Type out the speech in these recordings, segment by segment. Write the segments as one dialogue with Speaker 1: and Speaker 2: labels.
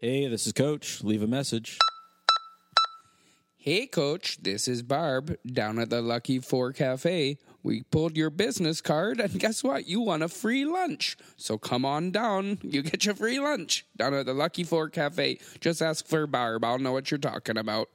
Speaker 1: Hey, this is Coach. Leave a message.
Speaker 2: Hey, coach, this is Barb. Down at the Lucky Four Cafe, we pulled your business card, and guess what? You won a free lunch. So come on down. You get your free lunch down at the Lucky Four Cafe. Just ask for Barb. I'll know what you're talking about.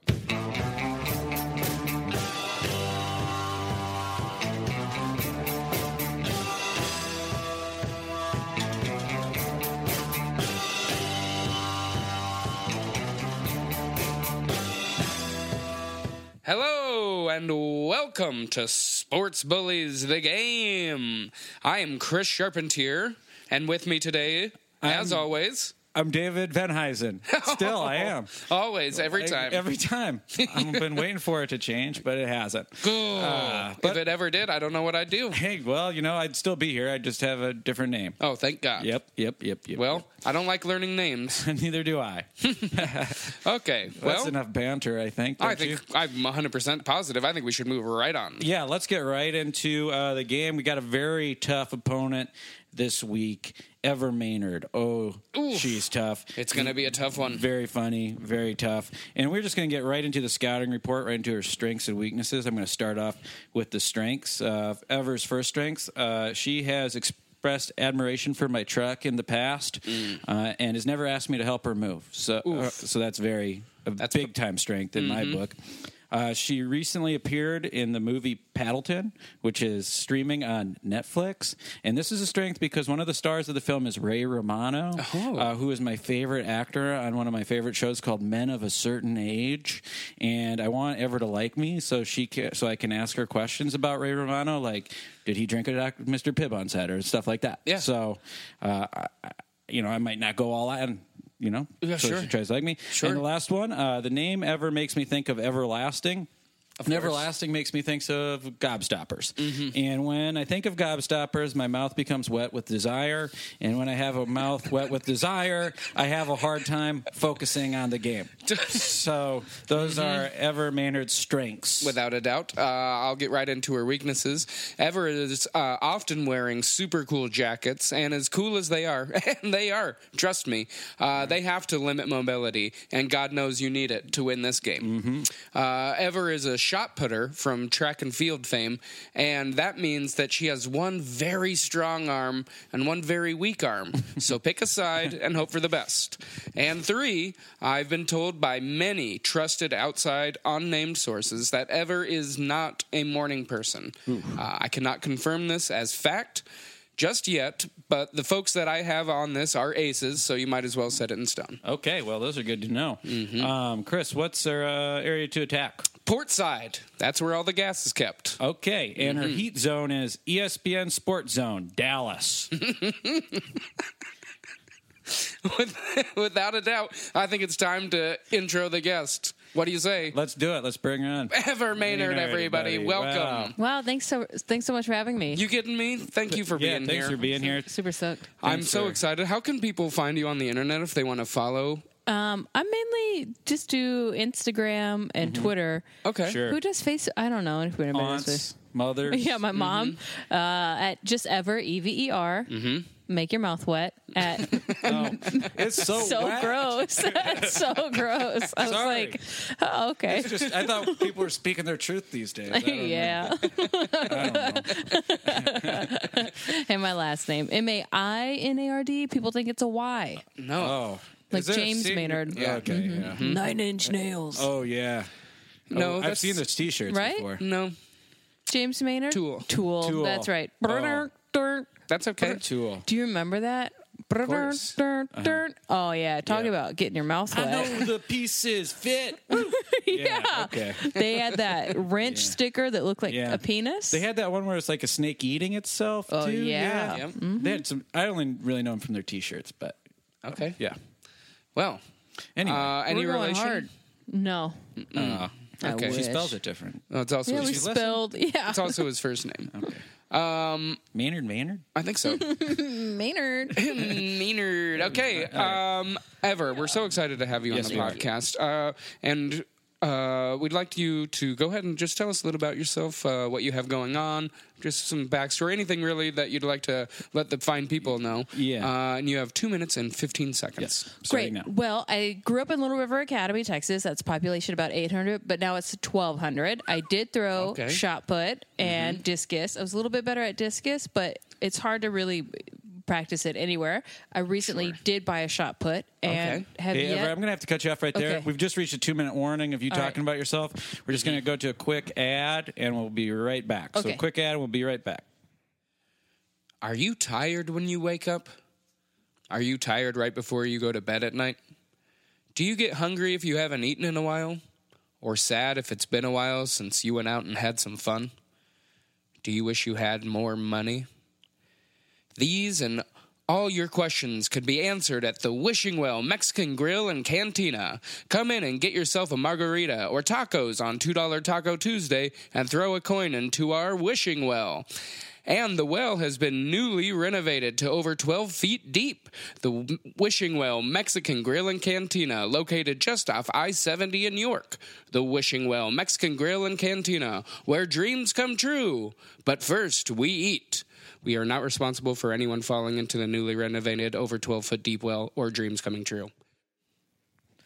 Speaker 2: Hello and welcome to Sports Bullies the Game. I am Chris Charpentier, and with me today, as always,
Speaker 3: I'm David Van Huysen. Still, I am.
Speaker 2: always, every Oh, time.
Speaker 3: e-, Every time. I've been waiting for it to change, but it hasn't.
Speaker 2: Ugh. if
Speaker 3: Ah, but-
Speaker 2: it ever did, I don't know what I'd do.
Speaker 3: Hey, well, you know, I'd still be here. I'd just have a different name.
Speaker 2: Oh, thank God.
Speaker 3: Yep, yep, yep, yep.
Speaker 2: Well, I don't like learning names.
Speaker 3: yep. neither do I.
Speaker 2: Okay.
Speaker 3: That's
Speaker 2: well,
Speaker 3: enough banter, I think.
Speaker 2: I
Speaker 3: don't
Speaker 2: think
Speaker 3: you?
Speaker 2: I'm 100% positive. I think we should move right on.
Speaker 3: Yeah, let's get right into uh, the game. We got a very tough opponent this week, Ever Maynard. Oh,
Speaker 2: Oof.
Speaker 3: she's tough.
Speaker 2: It's going to be a tough one.
Speaker 3: Very funny, very tough. And we're just going to get right into the scouting report, right into her strengths and weaknesses. I'm going to start off with the strengths. Uh, Ever's first strengths, uh, she has expressed admiration for my truck in the past uh, and has never asked me to help her move. So, uh, so that's very a big time strength in my book. Uh, she recently appeared in the movie Paddleton, which is streaming on Netflix. And this is a strength because one of the stars of the film is Ray Romano,
Speaker 2: Oh.
Speaker 3: uh, who is my favorite actor on one of my favorite shows called Men of a Certain Age. And I want Ever to like me so she can, so I can ask her questions about Ray Romano, like did he drink a Doc- Mr. Pibb on set or stuff like that.
Speaker 2: Yeah.
Speaker 3: So, uh, I, I- you know, I might not go all out. And, you know,
Speaker 2: Yeah,
Speaker 3: so
Speaker 2: sure.
Speaker 3: she tries to like me.
Speaker 2: Sure.
Speaker 3: And the last one, uh, the name ever makes me think of everlasting. And everlasting makes me think of gobstoppers. And when I think of gobstoppers, my mouth becomes wet with desire. And when I have a mouth wet with desire, I have a hard time focusing on the game. so those are Ever Maynard's strengths.
Speaker 2: Without a doubt. Uh, I'll get right into her weaknesses. Ever is uh, often wearing super cool jackets, and as cool as they are, and they are, trust me, uh, they have to limit mobility, and God knows you need it to win this game.
Speaker 3: Mm-hmm.
Speaker 2: Uh, Ever is a shot putter from track and field fame, and that means that she has one very strong arm and one very weak arm. so pick a side and hope for the best. And three, I've been told by many trusted outside unnamed sources that Ever is not a morning person. Uh, I cannot confirm this as fact just yet, but the folks that I have on this are aces, so you might as well set it in stone.
Speaker 3: Okay, well, those are good to know. Um, Chris, what's her uh, area to attack?
Speaker 2: Port side, that's where all the gas is kept.
Speaker 3: Okay, and her heat zone is E ESPN Sports Zone, Dallas.
Speaker 2: Without a doubt, I think it's time to intro the guest. What do you say?
Speaker 3: Let's do it. Let's bring her on.
Speaker 2: Ever Maynard,
Speaker 3: Maynard,
Speaker 2: everybody,
Speaker 3: everybody.
Speaker 2: welcome.
Speaker 3: Wow.
Speaker 4: Wow, thanks so thanks so much for having me.
Speaker 2: You kidding me? Thank you for
Speaker 3: yeah,
Speaker 2: being
Speaker 3: thanks
Speaker 2: here.
Speaker 3: for being here.
Speaker 4: Super stoked.
Speaker 2: I'm
Speaker 3: Thanks
Speaker 2: so
Speaker 3: for-
Speaker 2: excited. How can people find you on the internet if they want to follow?
Speaker 4: Um, I mainly just do Instagram and Twitter.
Speaker 2: Okay.
Speaker 3: Mm-hmm. Oh, Sure.
Speaker 4: Who does face? I don't know. Who anybody does
Speaker 3: Aunts, Mm-hmm. mothers.
Speaker 4: face- Yeah, my mom. Uh, at just ever e v e r.
Speaker 3: Mm-hmm.
Speaker 4: Make your mouth wet. At
Speaker 3: It's so,
Speaker 4: so
Speaker 3: whack.
Speaker 4: gross. so gross. I was
Speaker 3: Sorry.
Speaker 4: like, oh, okay.
Speaker 3: Just, I thought people were speaking their truth these days. I don't know.
Speaker 4: yeah. and my last name M A I N A R D. People think it's a Y.
Speaker 2: No.
Speaker 3: Oh,
Speaker 4: Like
Speaker 3: Is there a
Speaker 4: James
Speaker 3: secret-
Speaker 4: Maynard. Mm-hmm.
Speaker 3: Yeah, okay. Yeah.
Speaker 4: Nine inch nails.
Speaker 3: Oh yeah.
Speaker 2: no,
Speaker 3: Oh, I've
Speaker 2: that's-
Speaker 3: seen those T-shirts
Speaker 4: Right? Mm-hmm.
Speaker 3: before.
Speaker 2: No,
Speaker 4: James Maynard?
Speaker 2: Tool.
Speaker 4: Tool.
Speaker 3: Tool.
Speaker 4: That's right.
Speaker 3: Oh.
Speaker 2: that's okay.
Speaker 3: Tool.
Speaker 4: Do you remember that?
Speaker 3: course.
Speaker 4: Oh, yeah. Talk
Speaker 3: Yeah.
Speaker 4: about getting your mouth
Speaker 3: I
Speaker 4: wet.
Speaker 3: know the pieces fit. yeah. Okay.
Speaker 4: they had that wrench sticker that looked like
Speaker 3: Yeah.
Speaker 4: a penis.
Speaker 3: They had that one where it's like a snake eating itself.
Speaker 4: Oh,
Speaker 3: too.
Speaker 4: yeah. Mm-hmm.
Speaker 2: Yep.
Speaker 3: They had some. I only really know them from their T-shirts, but
Speaker 2: Okay.
Speaker 3: yeah.
Speaker 2: Well,
Speaker 3: Anyway,
Speaker 2: uh, any
Speaker 4: We're going
Speaker 2: relation?
Speaker 4: hard. no.
Speaker 3: uh,
Speaker 4: I
Speaker 2: Okay.
Speaker 4: wish.
Speaker 3: she spells it different.
Speaker 2: No, Oh, it's also
Speaker 4: Yeah,
Speaker 2: his,
Speaker 4: we
Speaker 3: listen?
Speaker 4: spelled. Yeah.
Speaker 2: it's also his first name.
Speaker 3: Maynard, Maynard.
Speaker 2: I think so.
Speaker 4: Maynard.
Speaker 2: Mm, Maynard. Okay. Um, Ever, we're so excited to have you
Speaker 3: Yes,
Speaker 2: on the
Speaker 3: we are.
Speaker 2: podcast. Uh, and uh, we'd like you to go ahead and just tell us a little about yourself, uh, what you have going on, just some backstory, anything really that you'd like to let the fine people know.
Speaker 3: Yeah.
Speaker 2: Uh, and you have two minutes and 15 seconds.
Speaker 3: Starting
Speaker 4: Great.
Speaker 3: now.
Speaker 4: Well, I grew up in Little River Academy, Texas. That's population about 800, but now it's 1,200. I did throw
Speaker 2: Okay.
Speaker 4: shot put
Speaker 3: Mm-hmm.
Speaker 4: and discus. I was a little bit better at discus, but it's hard to really practice it anywhere. I recently did buy a shot put and
Speaker 2: Okay.
Speaker 4: have
Speaker 3: Hey,
Speaker 4: yet-
Speaker 3: Everett, I'm going to have to cut you off right there.
Speaker 4: Okay.
Speaker 3: We've just reached a two minute warning of you
Speaker 4: All
Speaker 3: talking
Speaker 4: right.
Speaker 3: about yourself. We're just going to go to a quick ad and we'll be right back.
Speaker 4: Okay.
Speaker 3: So, quick ad, we'll be right back.
Speaker 2: Are you tired when you wake up? Are you tired right before you go to bed at night? Do you get hungry if you haven't eaten in a while? Or sad if it's been a while since you went out and had some fun? Do you wish you had more money? These and all your questions could be answered at the Wishing Well Mexican Grill and Cantina. Come in and get yourself a margarita or tacos on $2 Taco Tuesday and throw a coin into our Wishing Well. And the well has been newly renovated to over 12 feet deep. The Wishing Well Mexican Grill and Cantina, located just off I 70 in York. The Wishing Well Mexican Grill and Cantina, where dreams come true. But first, we eat. We are not responsible for anyone falling into the newly renovated over 12 foot deep well or dreams coming true.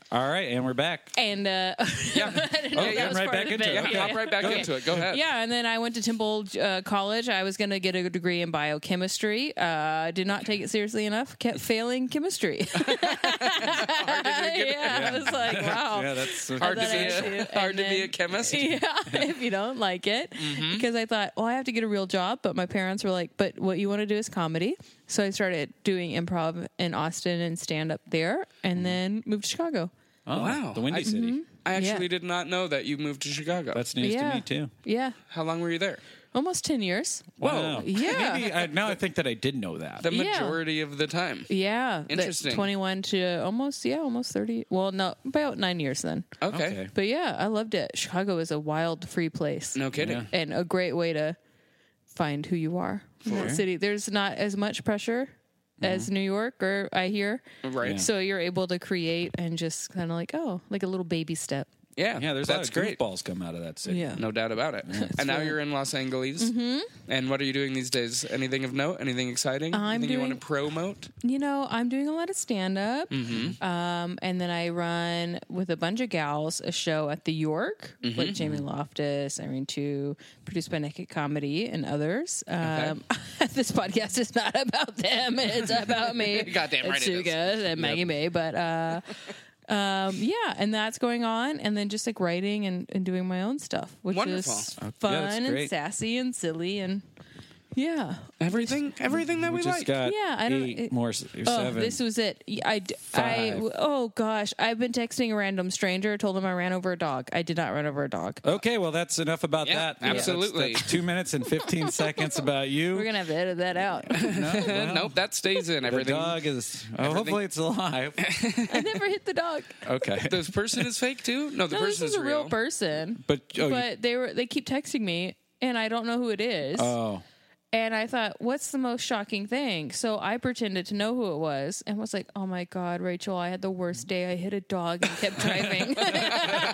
Speaker 3: All right, and we're back.
Speaker 4: and uh,
Speaker 2: Yeah.
Speaker 4: I didn't know
Speaker 3: Okay,
Speaker 4: that
Speaker 3: I'm
Speaker 4: was
Speaker 3: Oh, right
Speaker 4: part
Speaker 3: back
Speaker 4: of the
Speaker 3: into
Speaker 4: bit.
Speaker 3: it.
Speaker 2: Yeah, hop right back into it. Go ahead.
Speaker 4: Yeah, and then I went to Temple uh, College. I was going to get a degree in biochemistry. Uh, did not take it seriously enough. Kept failing chemistry. yeah, I was like, wow.
Speaker 3: Yeah, that's
Speaker 2: Hard to
Speaker 4: That
Speaker 2: be
Speaker 4: I
Speaker 2: a,
Speaker 4: should,
Speaker 2: hard
Speaker 4: and
Speaker 2: to be a
Speaker 4: then-
Speaker 2: chemist.
Speaker 4: yeah, if you don't like it,
Speaker 3: Mm-hmm.
Speaker 4: because I thought, well, I have to get a real job. But my parents were like, but what you want to do is comedy. So I started doing improv in Austin and stand up there,
Speaker 3: Mm-hmm.
Speaker 4: and then moved to Chicago.
Speaker 3: Oh,
Speaker 2: Wow.
Speaker 3: The Windy
Speaker 2: I-
Speaker 3: City.
Speaker 4: mm-hmm.
Speaker 2: I actually
Speaker 4: Yeah.
Speaker 2: did not know that you moved to Chicago.
Speaker 3: That's news
Speaker 4: yeah,
Speaker 3: to me, too.
Speaker 4: Yeah,
Speaker 2: How long were you there?
Speaker 4: almost ten years.
Speaker 3: Wow.
Speaker 4: Yeah.
Speaker 3: Maybe I, now I think that I did know that.
Speaker 2: The
Speaker 4: Yeah.
Speaker 2: majority of the time.
Speaker 4: Yeah, that
Speaker 2: Interesting.
Speaker 4: Twenty-one to almost yeah, almost thirty. Well, no, about nine years then.
Speaker 2: Okay.
Speaker 3: Okay.
Speaker 4: But yeah, I loved it. Chicago is a wild, free place,
Speaker 2: No kidding.
Speaker 4: and a great way to find who you are in that city. There's not as much pressure as New York, or I hear.
Speaker 2: Mm-hmm. Right. Yeah.
Speaker 4: So you're able to create and just kind of like oh, like a little baby step.
Speaker 2: Yeah.
Speaker 3: Yeah, there's
Speaker 2: that's
Speaker 3: a lot of
Speaker 2: great.
Speaker 3: balls come out of that city.
Speaker 4: Yeah.
Speaker 2: No doubt about it. and now
Speaker 4: right.
Speaker 2: you're in Los Angeles. Mm-hmm. And what are you doing these days? Anything of note? Anything exciting?
Speaker 4: I'm
Speaker 2: Anything you want
Speaker 4: doing-
Speaker 2: to promote?
Speaker 4: you know, I'm doing a lot of stand up.
Speaker 2: Mm-hmm.
Speaker 4: Um, and then I run with a bunch of gals a show at the York
Speaker 2: Mm-hmm,
Speaker 4: with Jamie Loftus, Irene Two, produced by Naked Comedy and others. Um, this podcast is not about them, it's about me.
Speaker 2: Goddamn
Speaker 4: and
Speaker 2: right it is.
Speaker 4: Suga and Maggie May. But uh, um, yeah, and that's going on. And then just like writing and, and doing my own stuff, which
Speaker 2: Wonderful.
Speaker 4: is
Speaker 3: yeah,
Speaker 4: fun
Speaker 3: that's
Speaker 4: and
Speaker 3: great.
Speaker 4: sassy and silly. And yeah.
Speaker 2: Everything everything that we,
Speaker 3: Just
Speaker 2: like.
Speaker 3: got
Speaker 4: Yeah, I don't-
Speaker 3: eight
Speaker 4: it-
Speaker 3: more, s- or
Speaker 4: Oh,
Speaker 3: seven.
Speaker 4: this was it. Y- I, d- I-
Speaker 3: Five.
Speaker 4: oh gosh, I've been texting a random stranger. Told him I ran over a dog. I did not run over a dog.
Speaker 3: Okay, well, that's enough about
Speaker 2: Yeah,
Speaker 3: that. That's-
Speaker 2: absolutely.
Speaker 3: that's two minutes and 15 seconds about you. Oh,
Speaker 4: We're gonna have to edit that out. I
Speaker 3: no, well,
Speaker 2: Uh, nope, that stays in.
Speaker 3: The
Speaker 2: Everything
Speaker 3: dog is. Oh, hopefully, it's alive.
Speaker 4: never hit the dog.
Speaker 3: Okay.
Speaker 2: This person is fake too? No, the
Speaker 4: No, this
Speaker 2: person
Speaker 4: is
Speaker 2: is
Speaker 4: a real person.
Speaker 3: But- oh, you-
Speaker 4: but they were they keep texting me, and I don't know who it is.
Speaker 3: Oh,
Speaker 4: And I thought, what's the most shocking thing? So I pretended to know who it was and was like, oh my God, Rachel, I had the worst day. I hit a dog and kept driving.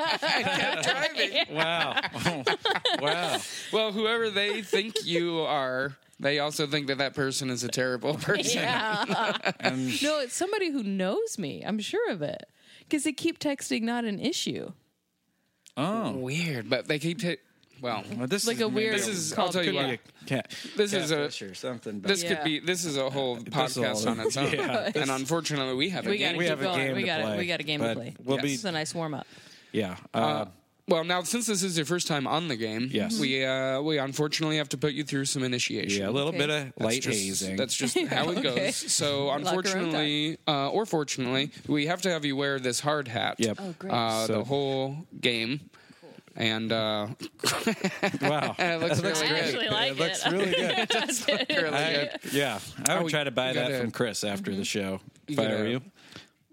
Speaker 2: Driving.
Speaker 3: wow. wow.
Speaker 2: Well, whoever they think you are, they also think that that person is a terrible person.
Speaker 4: no, it's somebody who knows me. I'm sure of it. Because they keep texting, not an issue.
Speaker 3: Oh.
Speaker 2: Weird, but they keep. T- well,
Speaker 3: Well, this
Speaker 4: Like
Speaker 3: is
Speaker 4: a weird-
Speaker 2: this is. I'll tell you
Speaker 3: Could
Speaker 2: what.
Speaker 3: be a cat.
Speaker 2: This is a-
Speaker 3: catfish or something. But
Speaker 2: This
Speaker 4: Yeah.
Speaker 2: could be. This is a whole
Speaker 3: This'll-
Speaker 2: podcast on its own,
Speaker 3: Yeah,
Speaker 2: and unfortunately, we have a
Speaker 4: We
Speaker 2: game.
Speaker 4: got
Speaker 3: We
Speaker 4: to
Speaker 3: have
Speaker 4: keep
Speaker 3: a
Speaker 4: going.
Speaker 3: game
Speaker 4: we
Speaker 3: to
Speaker 4: got
Speaker 3: play,
Speaker 4: it. We got a game to
Speaker 3: but
Speaker 4: play.
Speaker 3: we'll
Speaker 4: Yes.
Speaker 3: be-
Speaker 4: This is a nice warm up.
Speaker 3: yeah. Uh,
Speaker 2: Well, now since this is your first time on the game,
Speaker 3: Yes.
Speaker 2: we uh, we unfortunately have to put you through some
Speaker 3: yeah. A
Speaker 2: initiation.
Speaker 3: little
Speaker 4: okay.
Speaker 3: bit of light
Speaker 2: just,
Speaker 3: hazing.
Speaker 2: That's just how it
Speaker 4: Okay.
Speaker 2: goes. So,
Speaker 4: room
Speaker 2: unfortunately, uh, or fortunately, we have to have you wear this hard hat.
Speaker 3: Yep. Oh,
Speaker 4: great.
Speaker 2: Uh,
Speaker 3: So-
Speaker 2: the whole game, and uh,
Speaker 3: wow.
Speaker 2: it looks really
Speaker 4: great.
Speaker 2: good.
Speaker 4: actually like
Speaker 3: it looks really good.
Speaker 2: Really
Speaker 3: I,
Speaker 2: good.
Speaker 3: yeah, I would
Speaker 2: we
Speaker 3: try to buy that
Speaker 2: gotta-
Speaker 3: from Chris after
Speaker 4: Mm-hmm.
Speaker 3: the show. If I
Speaker 2: gotta-
Speaker 3: were you.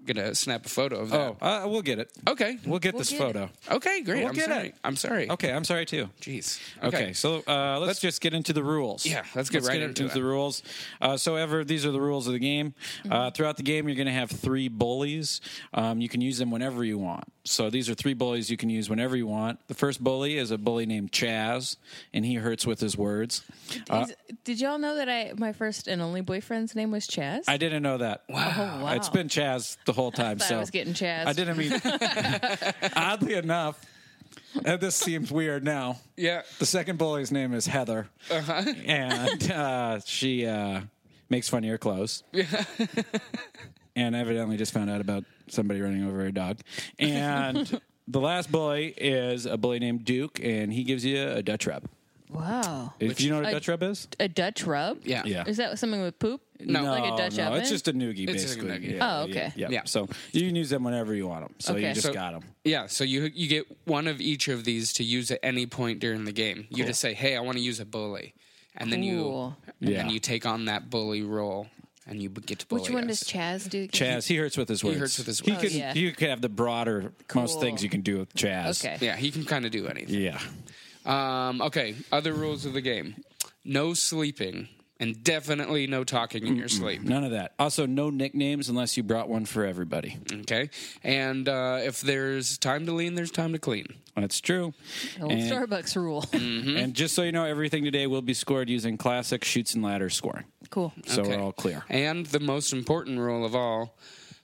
Speaker 2: gonna snap a photo of that.
Speaker 3: Oh, uh, we'll get it.
Speaker 2: Okay.
Speaker 3: We'll get this
Speaker 4: get
Speaker 3: photo.
Speaker 2: Okay, great.
Speaker 3: We'll
Speaker 2: I'm
Speaker 3: get
Speaker 2: sorry.
Speaker 3: it.
Speaker 2: I'm sorry.
Speaker 3: Okay, I'm sorry too.
Speaker 2: Jeez.
Speaker 3: Okay, so uh, let's, just get into the rules.
Speaker 2: Yeah, let's get right into it.
Speaker 3: the rules. Uh, so, Ever, these are the rules
Speaker 4: Mm-hmm.
Speaker 3: of the game. Uh, throughout the game, you're going to have three bullies. Um, you can use them whenever you want. So these are three bullies you can use whenever you want. The first bully is a bully named Chaz, and he hurts with his words. Uh,
Speaker 4: Is- Did y'all know that I my first and only boyfriend's name was Chaz?
Speaker 3: I didn't know that.
Speaker 4: Oh, wow.
Speaker 3: It's been Chaz the whole time.
Speaker 4: Thought I
Speaker 3: so
Speaker 4: was getting Chaz.
Speaker 3: I didn't mean. oddly enough, and this seems weird now.
Speaker 2: Yeah.
Speaker 3: The second bully's name is Heather, and uh, she uh, makes fun of your clothes. and evidently just found out about somebody running over a dog. And the last bully is a bully named Duke, and he gives you a Dutch rub.
Speaker 4: Wow.
Speaker 3: If you know what a
Speaker 4: I-
Speaker 3: Dutch rub is?
Speaker 4: A Dutch rub?
Speaker 2: Yeah.
Speaker 3: Yeah.
Speaker 4: Is that something with poop?
Speaker 2: No.
Speaker 4: Like a Dutch
Speaker 3: no,
Speaker 4: oven?
Speaker 3: it's just a noogie,
Speaker 2: It's just a
Speaker 3: basically.
Speaker 2: noogie.
Speaker 4: Oh, okay.
Speaker 3: Yeah,
Speaker 2: Yeah.
Speaker 3: So you can use them whenever you want them. So you
Speaker 4: Okay.
Speaker 3: just
Speaker 2: So-
Speaker 3: got 'em. got them.
Speaker 2: Yeah, so you you get one of each of these to use at any point during the game. You just say, "Hey, I want to use a bully," and then you
Speaker 4: Cool.
Speaker 2: and then
Speaker 3: Yeah.
Speaker 2: you take on that bully role, and you b- get to bully.
Speaker 4: Which one
Speaker 2: us.
Speaker 4: does Chaz do?
Speaker 3: Chaz, he hurts with his words.
Speaker 2: hurts with his
Speaker 3: He
Speaker 2: words.
Speaker 3: can,
Speaker 4: Oh, yeah.
Speaker 3: You can have the broader, most
Speaker 4: Cool.
Speaker 3: things you can do with Chaz.
Speaker 4: Okay.
Speaker 2: Yeah, he can kind of do anything.
Speaker 3: Yeah.
Speaker 2: Um, okay, other rules of the game: no sleeping, and definitely no talking in your sleep.
Speaker 3: None of that. Also, no nicknames unless you brought one for everybody.
Speaker 2: Okay, and uh, if there's time to lean, there's time to clean.
Speaker 3: That's true.
Speaker 4: Old
Speaker 3: and,
Speaker 4: Starbucks rule.
Speaker 2: Mm-hmm.
Speaker 3: and just so you know, everything today will be scored using classic shoots and ladder scoring.
Speaker 4: cool.
Speaker 3: So
Speaker 2: Okay.
Speaker 3: we're all clear.
Speaker 2: And the most important rule of all: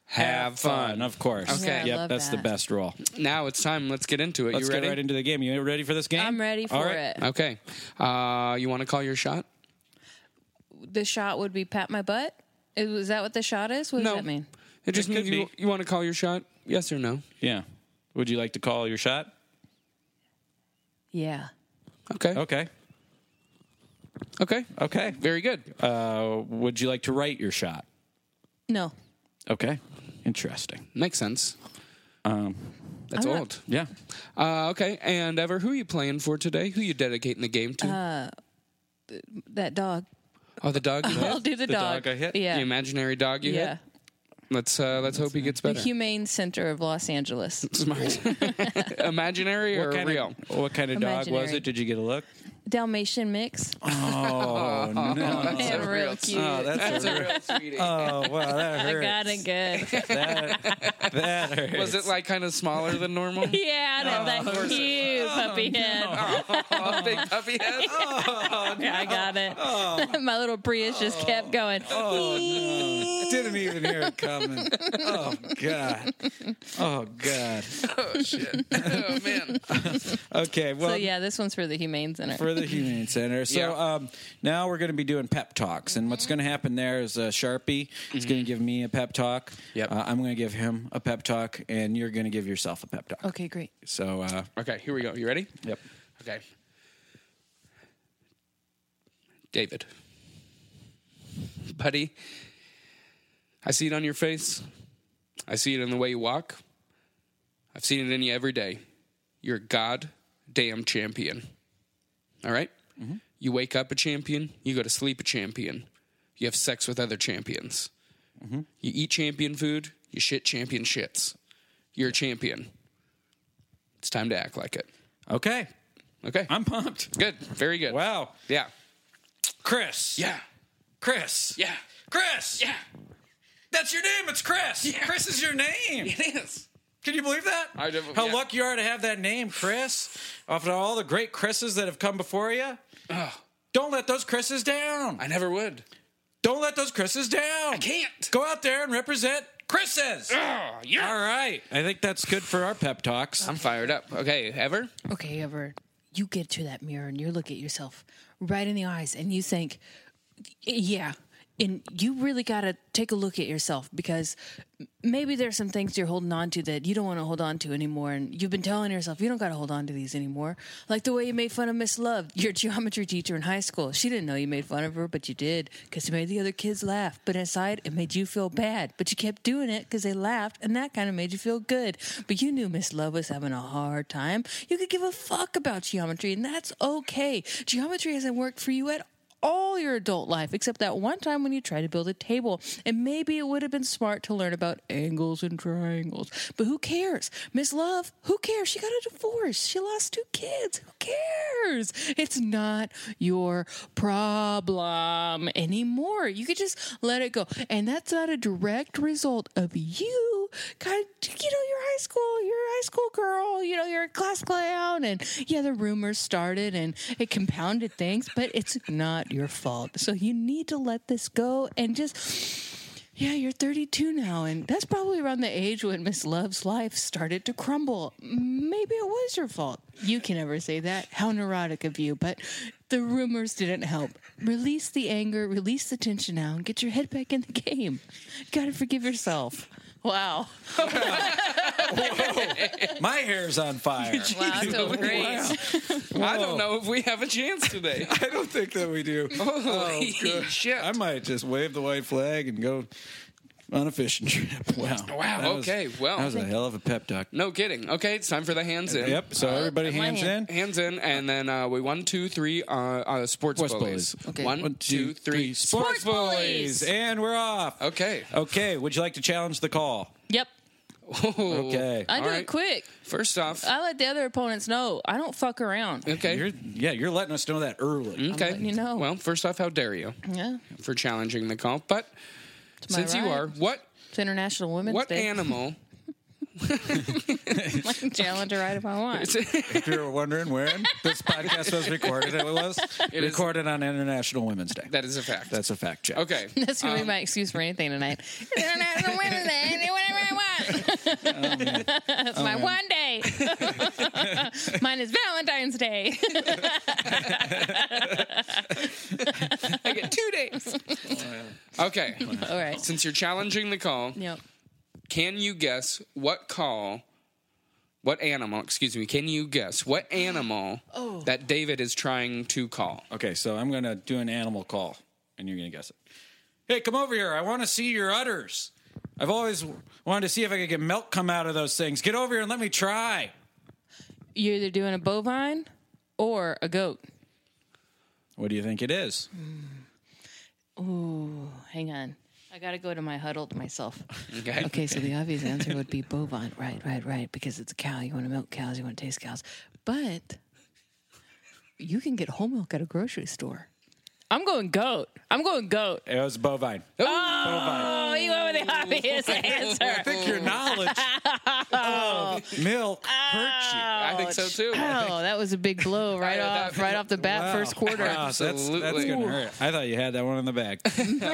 Speaker 2: have, fun.
Speaker 3: Of course.
Speaker 2: Okay. Yeah, I
Speaker 3: Yep,
Speaker 4: love
Speaker 3: that's the
Speaker 4: that.
Speaker 3: best rule.
Speaker 2: Now it's time. Let's get into it.
Speaker 3: Let's
Speaker 2: you ready?
Speaker 3: get right into the game. You ready for this game?
Speaker 4: I'm ready
Speaker 3: All
Speaker 4: for
Speaker 3: right.
Speaker 4: it.
Speaker 2: Okay. Uh, you want to call your shot?
Speaker 4: The shot would be pat my butt? Is, is that what the shot is? What does
Speaker 2: No.
Speaker 4: that mean?
Speaker 2: It just
Speaker 3: It could
Speaker 2: means you,
Speaker 3: be.
Speaker 2: you want to call your shot? Yes or no?
Speaker 3: Yeah. Would you like to call your shot?
Speaker 4: Yeah.
Speaker 2: Okay. Okay.
Speaker 3: Okay. Okay.
Speaker 2: Very good.
Speaker 3: Uh, would you like to write your shot?
Speaker 4: No.
Speaker 3: Okay. Interesting.
Speaker 2: Makes sense.
Speaker 3: um,
Speaker 2: That's
Speaker 4: I'm not-
Speaker 2: old.
Speaker 3: Yeah.
Speaker 2: Uh, okay. And Ever, who are you playing for today? Who you dedicating the game to?
Speaker 4: Uh, That dog.
Speaker 2: oh, the dog you
Speaker 4: I'll
Speaker 2: hit?
Speaker 4: do the,
Speaker 3: the dog I hit?
Speaker 4: Yeah.
Speaker 2: The imaginary dog you
Speaker 4: yeah.
Speaker 2: hit? Let's, uh, let's hope he gets
Speaker 4: The
Speaker 2: better.
Speaker 4: Humane Center of Los Angeles.
Speaker 2: Smart. imaginary or
Speaker 3: kind
Speaker 2: real?
Speaker 3: Of, what kind of dog was
Speaker 4: Imaginary.
Speaker 3: it? Did you get a look?
Speaker 4: Dalmatian mix.
Speaker 3: Oh no!
Speaker 4: Man,
Speaker 2: so
Speaker 4: real
Speaker 2: real.
Speaker 4: cute.
Speaker 3: Oh, that's a,
Speaker 2: Uh, real sweetie.
Speaker 3: oh wow, that
Speaker 4: I
Speaker 3: hurts.
Speaker 4: got it good.
Speaker 3: That, that hurts.
Speaker 2: Was it like kind of smaller than normal?
Speaker 4: yeah, and I had that cute puppy head.
Speaker 2: oh, big puppy head?
Speaker 4: I got it.
Speaker 2: Oh.
Speaker 4: My little Prius just kept going.
Speaker 3: Didn't even hear it coming. Oh god. Oh god.
Speaker 2: Oh, shit. Oh, man.
Speaker 3: Okay. Well.
Speaker 4: So yeah, this one's for the Humane Center.
Speaker 3: For the Humane Center. So
Speaker 2: Yeah.
Speaker 3: um, now we're going to be doing pep talks. And what's
Speaker 4: Mm-hmm.
Speaker 3: going to happen there is uh, Sharpie is going to give me a pep talk.
Speaker 2: Yep.
Speaker 3: Uh, I'm going to give him a pep talk. And you're going to give yourself a pep talk.
Speaker 4: okay, great.
Speaker 3: So, uh,
Speaker 2: Okay, here we go. You ready?
Speaker 3: yep.
Speaker 2: Okay. David. Buddy, I see it on your face. I see it in the way you walk. I've seen it in you every day. You're a goddamn champion. All right? You wake up a champion, you go to sleep a champion, you have sex with other champions. You eat champion food, you shit champion shits. You're a champion. It's time to act like it.
Speaker 3: Okay.
Speaker 2: Okay.
Speaker 3: I'm pumped.
Speaker 2: Good. Very good.
Speaker 3: Wow.
Speaker 2: Yeah.
Speaker 3: Chris.
Speaker 2: Yeah.
Speaker 3: Chris.
Speaker 2: Yeah.
Speaker 3: Chris.
Speaker 2: Yeah.
Speaker 3: That's your name. It's Chris. Chris is your name.
Speaker 2: It is.
Speaker 3: Can you believe that?
Speaker 2: I don't-
Speaker 3: How
Speaker 2: yeah.
Speaker 3: lucky you are to have that name, Chris. After all the great Chris's that have come before you. Don't let those Chris's down.
Speaker 2: I never would.
Speaker 3: Don't let those Chris's down. I
Speaker 2: can't.
Speaker 3: Go out there and represent Chris's.
Speaker 2: Oh, yeah. Um,
Speaker 3: All right. I think that's good for our pep talks.
Speaker 2: I'm fired up. Okay, ever?
Speaker 5: Okay, ever you get to that mirror and you look at yourself right in the eyes and you think, yeah. And you really got to take a look at yourself because m- maybe there's some things you're holding on to that you don't want to hold on to anymore. And you've been telling yourself you don't got to hold on to these anymore. Like the way you made fun of Miss Love, your geometry teacher in high school. She didn't know you made fun of her, but you did because it made the other kids laugh. But inside, it made you feel bad. But you kept doing it because they laughed and that kind of made you feel good. But you knew Miss Love was having a hard time. You could give a fuck about geometry, and that's okay. Geometry hasn't worked for you at all your adult life, except that one time when you tried to build a table. And maybe it would have been smart to learn about angles and triangles. But who cares? Miss Love, who cares? She got a divorce. She lost two kids. Who cares? It's not your problem anymore. You could just let it go. And that's not a direct result of you
Speaker 4: you kind of, you know, you're high school, you're a high school girl, you know, you're a class clown. And yeah, the rumors started and it compounded things, but it's not your fault. So you need to let this go and just. Yeah, you're 32 now, and that's probably around the age when Miss Love's life started to crumble. Maybe it was your fault. You can never say that. How neurotic of you, but the rumors didn't help. Release the anger, release the tension now, and get your head back in the game. You gotta forgive yourself. Wow.
Speaker 3: My hair's on fire.
Speaker 6: Wow, that's over great.
Speaker 2: I don't know if we have a chance today.
Speaker 3: I don't think that we do.
Speaker 2: Holy
Speaker 3: Oh, good.
Speaker 2: shit.
Speaker 3: I might just wave the white flag and go on a fishing trip. Wow.
Speaker 2: Wow,
Speaker 3: That was-
Speaker 2: okay, well.
Speaker 3: that was a hell of a pep talk.
Speaker 2: no kidding. Okay, it's time for the hands in.
Speaker 3: Yep. So everybody
Speaker 4: my
Speaker 3: hands
Speaker 4: hand.
Speaker 3: in.
Speaker 2: Hands in, and then uh, we one, two, three, uh, uh, sports,
Speaker 3: Sports
Speaker 2: bullies.
Speaker 3: bullies.
Speaker 4: Okay.
Speaker 2: One, two, three,
Speaker 3: Sports, bullies.
Speaker 4: bullies.
Speaker 3: and we're off.
Speaker 2: Okay.
Speaker 3: Okay. Would you like to challenge the call?
Speaker 4: Yep.
Speaker 3: Okay.
Speaker 4: I do
Speaker 2: All right.
Speaker 4: it quick.
Speaker 2: First off,
Speaker 4: I let the other opponents know. I don't fuck around.
Speaker 2: okay. Mm-hmm.
Speaker 3: You're, yeah, you're letting us know that early.
Speaker 2: okay.
Speaker 4: letting you know.
Speaker 2: Well, first off, how dare you
Speaker 4: Yeah.
Speaker 2: for challenging the call? But
Speaker 4: It's my
Speaker 2: since you
Speaker 4: right.
Speaker 2: are, what
Speaker 4: It's International Women's
Speaker 2: what
Speaker 4: Day.
Speaker 2: animal?
Speaker 4: I can challenge her right if I want.
Speaker 3: If you were wondering when this podcast was recorded, it was
Speaker 2: is-
Speaker 3: recorded on International Women's Day.
Speaker 2: That is a fact.
Speaker 3: That's a fact check.
Speaker 2: okay.
Speaker 4: That's gonna
Speaker 2: um,
Speaker 4: be my excuse for anything tonight. It's International Women's Day. I do whatever I want.
Speaker 2: Oh,
Speaker 4: That's my one day. Mine is Valentine's Day.
Speaker 2: I get two days. Okay.
Speaker 4: All right.
Speaker 2: Since you're challenging the call,
Speaker 4: Yep.
Speaker 2: can you guess what call, what animal, excuse me, can you guess what animal that David is trying to call?
Speaker 3: Okay, so I'm going to do an animal call, and you're going to guess it. Hey, come over here. I want to see your udders. I've always wanted to see if I could get milk come out of those things. Get over here and let me try.
Speaker 4: You're either doing a bovine or a goat.
Speaker 3: What do you think it is?
Speaker 4: Hang on. I gotta go to my huddle to myself.
Speaker 2: Okay.
Speaker 4: Okay, so the obvious answer would be bovine. Right, right, right. Because it's a cow. You want to milk cows. You want to taste cows. But you can get whole milk at a grocery store. I'm going goat. I'm going goat.
Speaker 3: It was bovine.
Speaker 4: Oh, you went with the obvious
Speaker 3: I
Speaker 4: answer.
Speaker 3: think your knowledge of milk hurts you.
Speaker 2: I think so too.
Speaker 4: Oh, that was a big blow right
Speaker 2: that-
Speaker 4: off, right off the bat,
Speaker 3: Wow.
Speaker 4: first quarter.
Speaker 3: Wow, so that's, that's
Speaker 2: Absolutely.
Speaker 3: going to hurt. I thought you had that one in the bag.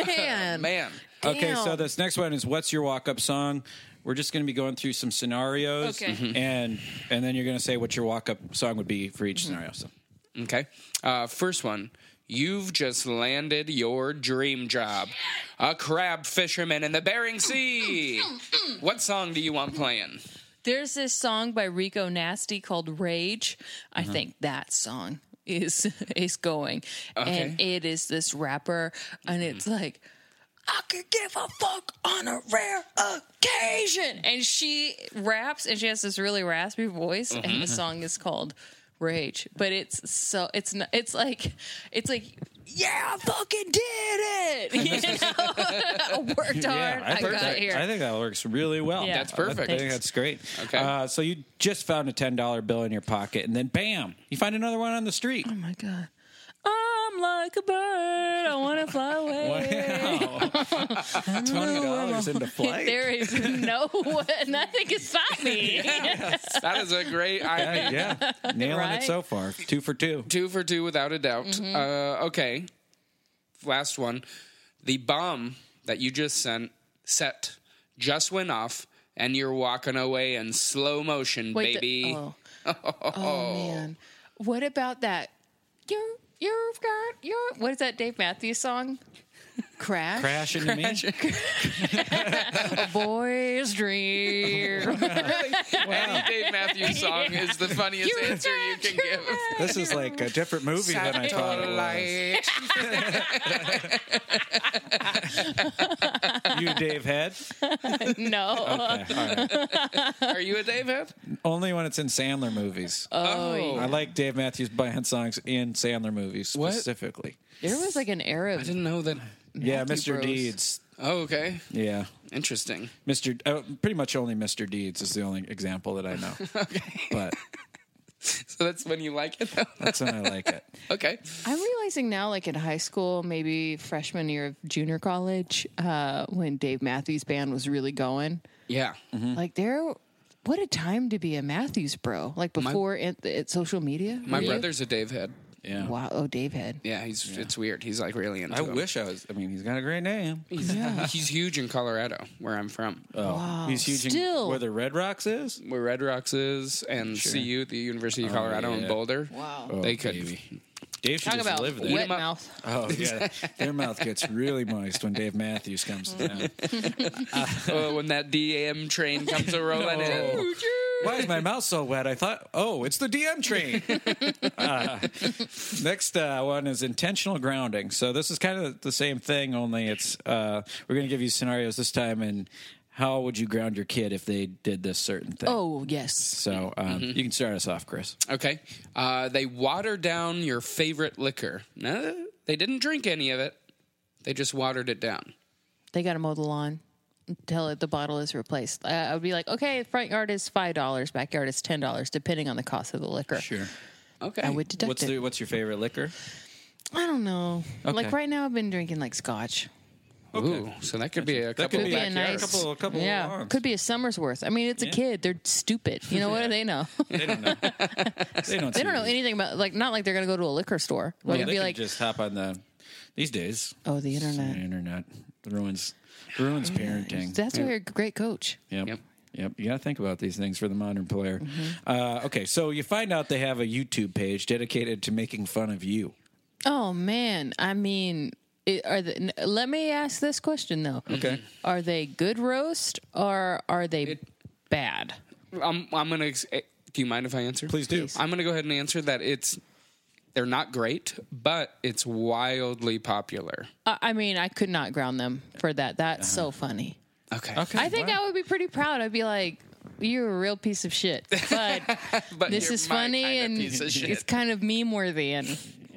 Speaker 4: Man,
Speaker 2: Man.
Speaker 3: Okay, so
Speaker 4: Damn.
Speaker 3: this next one is "What's Your Walk Up Song." We're just going to be going through some scenarios,
Speaker 4: Okay. Mhm.
Speaker 3: and and then you're going to say what your walk up song would be for each
Speaker 4: Mm-hmm.
Speaker 3: scenario. So,
Speaker 2: Okay. Uh, first one. You've just landed your dream job. A crab fisherman in the Bering Sea. What song do you want playing?
Speaker 4: There's this song by Rico Nasty called Rage. I
Speaker 3: Uh-huh.
Speaker 4: think that song is is going. And it is this rapper and
Speaker 3: Mm-hmm.
Speaker 4: it's like I could give a fuck on a rare occasion. And she raps and she has this really raspy voice
Speaker 3: Mm-hmm.
Speaker 4: and the song is called Rage. But it's so it's not, it's like it's like yeah, I fucking did it. You know? I worked hard. I,
Speaker 3: think
Speaker 4: got
Speaker 3: that,
Speaker 4: here.
Speaker 3: I think that works really well.
Speaker 4: Yeah. That's
Speaker 2: perfect.
Speaker 3: I think that's great.
Speaker 2: Okay.
Speaker 3: uh, so you just found a ten dollar bill in your pocket, and then bam, you find another one on the street.
Speaker 4: Oh my god. I'm like a bird. I want to fly away.
Speaker 3: Twenty dollars into flight.
Speaker 4: There is no one, nothing can stop me.
Speaker 2: That is a great idea.
Speaker 3: yeah, nailing
Speaker 4: Right?
Speaker 3: it so far. Two for two.
Speaker 2: Two for two without a doubt. Uh, okay. Last one. The bomb that you just sent set just went off and you're walking away in slow motion,
Speaker 4: Wait, the-
Speaker 2: baby.
Speaker 4: oh. Oh, man, what about that? You're you've got you're what is that Dave Matthews song? Crash,
Speaker 3: Crash into me.
Speaker 4: a boy's dream.
Speaker 2: Any Dave Matthews song is the funniest
Speaker 4: You're
Speaker 2: answer you can give.
Speaker 3: This is like a different movie than I thought it was.
Speaker 2: Satellite.
Speaker 3: You, Dave Head.
Speaker 4: no,
Speaker 3: Okay, all right.
Speaker 2: Are you a Dave head?
Speaker 3: Only when it's in Sandler movies.
Speaker 2: Oh,
Speaker 3: I like Dave Matthews Band songs in Sandler movies
Speaker 2: What?
Speaker 3: specifically.
Speaker 4: there was like an era.
Speaker 2: I
Speaker 4: Of,
Speaker 2: didn't know that.
Speaker 3: yeah, Mr.
Speaker 4: Matthew Bros.
Speaker 3: Deeds.
Speaker 2: Oh, okay.
Speaker 3: Yeah,
Speaker 2: Interesting.
Speaker 3: Mr. D- oh, pretty much only Mr. Deeds is the only example that I know. okay, but
Speaker 2: So that's when you like it.
Speaker 3: that's when I like it.
Speaker 2: okay.
Speaker 4: I realizing now, like in high school, maybe freshman year of junior college, uh, when Dave Matthews Band was really going,
Speaker 2: Yeah.
Speaker 3: Mm-hmm. Hmm.
Speaker 4: like there, what a time to be a Matthews bro. Like before it, it, social media.
Speaker 2: My
Speaker 4: really?
Speaker 2: brother's a Dave head.
Speaker 3: Yeah.
Speaker 4: Wow. Oh, Dave had.
Speaker 2: Yeah, he's it's weird. He's like really into
Speaker 3: I
Speaker 2: him.
Speaker 3: wish I was. I mean, he's got a great name.
Speaker 2: He's huge in Colorado, where I'm from,
Speaker 3: Wow. He's huge
Speaker 4: Still.
Speaker 3: in where the Red Rocks is.
Speaker 2: where Red Rocks is, and CU, the University of Colorado in
Speaker 3: Oh, yeah.
Speaker 2: Boulder.
Speaker 4: Wow.
Speaker 2: They could.
Speaker 3: Dave should
Speaker 4: Talk
Speaker 3: Oh, just
Speaker 4: about
Speaker 3: live there.
Speaker 4: wet
Speaker 2: Eat 'em up.
Speaker 4: mouth.
Speaker 3: Oh yeah, their mouth gets really moist when Dave Matthews comes down.
Speaker 2: Oh, when that DM train comes a rolling in.
Speaker 3: Why is my mouth so wet? I thought, oh, it's the DM train. Uh, next uh, one is intentional grounding. So this is kind of the same thing, only it's uh, we're going to give you scenarios this time, and how would you ground your kid if they did this certain thing?
Speaker 4: Oh yes.
Speaker 3: So um, you can start us off, Chris.
Speaker 2: Okay. Uh, they water down your favorite liquor. No, they didn't drink any of it. They just watered it down.
Speaker 4: They got to mow the lawn until it- the bottle is replaced. Uh, I would be like, okay, front yard is five dollars, backyard is ten dollars, depending on the cost of the liquor.
Speaker 3: Sure.
Speaker 2: Okay.
Speaker 4: I would deduct
Speaker 3: What's
Speaker 4: it.
Speaker 3: the, what's your favorite liquor?
Speaker 4: I don't know.
Speaker 3: Okay.
Speaker 4: Like right now, I've been drinking like scotch.
Speaker 2: Ooh, so that could be a couple
Speaker 3: could be a
Speaker 2: backyards.
Speaker 3: nice- couple- a couple
Speaker 4: yeah,
Speaker 3: lawns.
Speaker 4: could be a summer's worth. I mean, it's a kid; they're stupid. You know what do they know?
Speaker 3: They don't know. they don't.
Speaker 4: they don't know anything about like not like they're gonna go to a liquor store. Like
Speaker 3: Well,
Speaker 4: it'd
Speaker 3: they
Speaker 4: be
Speaker 3: can
Speaker 4: like,
Speaker 3: just hop on the these days.
Speaker 4: oh,
Speaker 3: The
Speaker 4: the internet.
Speaker 3: internet ruins ruins parenting.
Speaker 4: That's why you're a great coach.
Speaker 3: Yep.
Speaker 2: Yep.
Speaker 3: Yep. You got to think about these things for the modern player. Uh, okay, so you find out they have a YouTube page dedicated to making fun of you.
Speaker 4: Oh man, I mean, it, are the, n- let me ask this question though.
Speaker 3: Okay.
Speaker 4: Are they good roast or are they bad?
Speaker 2: I'm, I'm going to. Do you mind if I answer?
Speaker 3: Please do.
Speaker 2: I'm going to go ahead and answer that it's. They're not great, but it's wildly popular.
Speaker 4: I, I mean, I could not ground them for that. That's
Speaker 3: Uh-huh.
Speaker 4: so funny.
Speaker 2: Okay.
Speaker 4: I think
Speaker 3: wow.
Speaker 4: I would be pretty proud. I'd be like, "You're a real piece of shit," but
Speaker 2: But
Speaker 4: this
Speaker 2: you're
Speaker 4: is
Speaker 2: my
Speaker 4: funny
Speaker 2: kind of
Speaker 4: and
Speaker 2: piece of shit.
Speaker 4: it's kind of meme worthy, and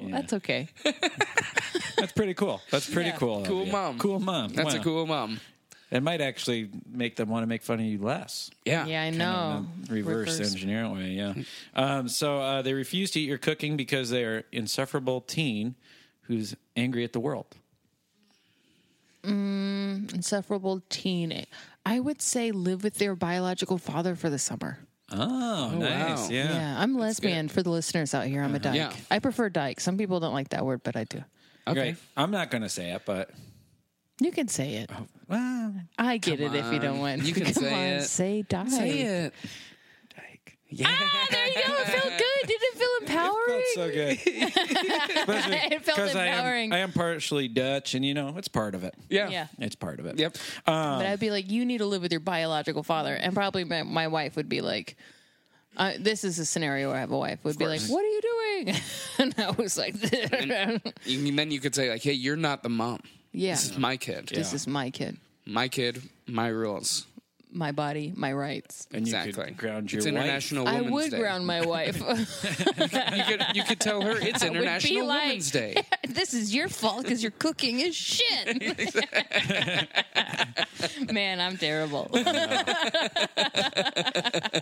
Speaker 4: that's okay.
Speaker 3: That's pretty cool. That's pretty
Speaker 4: Yeah.
Speaker 3: cool. of
Speaker 2: Cool
Speaker 3: you.
Speaker 2: mom.
Speaker 3: Cool mom.
Speaker 2: That's a
Speaker 3: Wow.
Speaker 2: cool mom.
Speaker 3: It might actually make them want to make fun of you less.
Speaker 2: Yeah.
Speaker 4: Yeah, I
Speaker 3: Kind of
Speaker 4: know.
Speaker 3: in a reverse engineering way, yeah. Um, so uh, they refuse to eat your cooking because they are insufferable teen who's angry at the world.
Speaker 4: insufferable teen. I would say live with their biological father for the summer.
Speaker 3: Oh, nice.
Speaker 2: wow.
Speaker 3: Yeah.
Speaker 4: Yeah, I'm lesbian for the listeners out here. I'm a dyke.
Speaker 2: Uh-huh. Yeah.
Speaker 4: I prefer dyke. Some people don't like that word, but I do.
Speaker 2: Okay.
Speaker 3: Great. I'm not going to say it, but
Speaker 4: You can say it.
Speaker 3: well,
Speaker 4: I get it if you don't
Speaker 2: Oh, on.
Speaker 4: want.
Speaker 2: You can
Speaker 4: Come
Speaker 2: say
Speaker 4: on,
Speaker 2: it.
Speaker 4: Say dyke.
Speaker 2: Say it.
Speaker 4: Ah, there you go. It felt good. Did it feel empowering?
Speaker 3: felt so good. Especially
Speaker 4: It felt
Speaker 3: 'cause
Speaker 4: empowering.
Speaker 3: I am, I am partially Dutch, and you know, it's part of it.
Speaker 2: Yeah.
Speaker 4: Yeah.
Speaker 3: It's part of it.
Speaker 2: Yep. Uh,
Speaker 4: but I'd be like, you need to live with your biological father, and probably my, my wife would be like, uh, this is a scenario where I have a wife would be like, what are you doing? and I was like,
Speaker 2: You can- then you could say like, "Hey, you're not the mom.
Speaker 4: yeah,
Speaker 2: This is my kid.
Speaker 4: this is my kid,
Speaker 2: My kid. My rules.
Speaker 4: my body, my rights.
Speaker 3: And
Speaker 2: exactly.
Speaker 3: you could ground your
Speaker 2: it's
Speaker 3: wife.
Speaker 2: International
Speaker 4: I
Speaker 2: Women's
Speaker 4: would
Speaker 2: Day.
Speaker 4: ground my wife.
Speaker 2: You could you could tell her it's
Speaker 4: would be
Speaker 2: International
Speaker 4: like-
Speaker 2: Women's Day.
Speaker 4: this is your fault because your cooking is shit. Man, I'm terrible.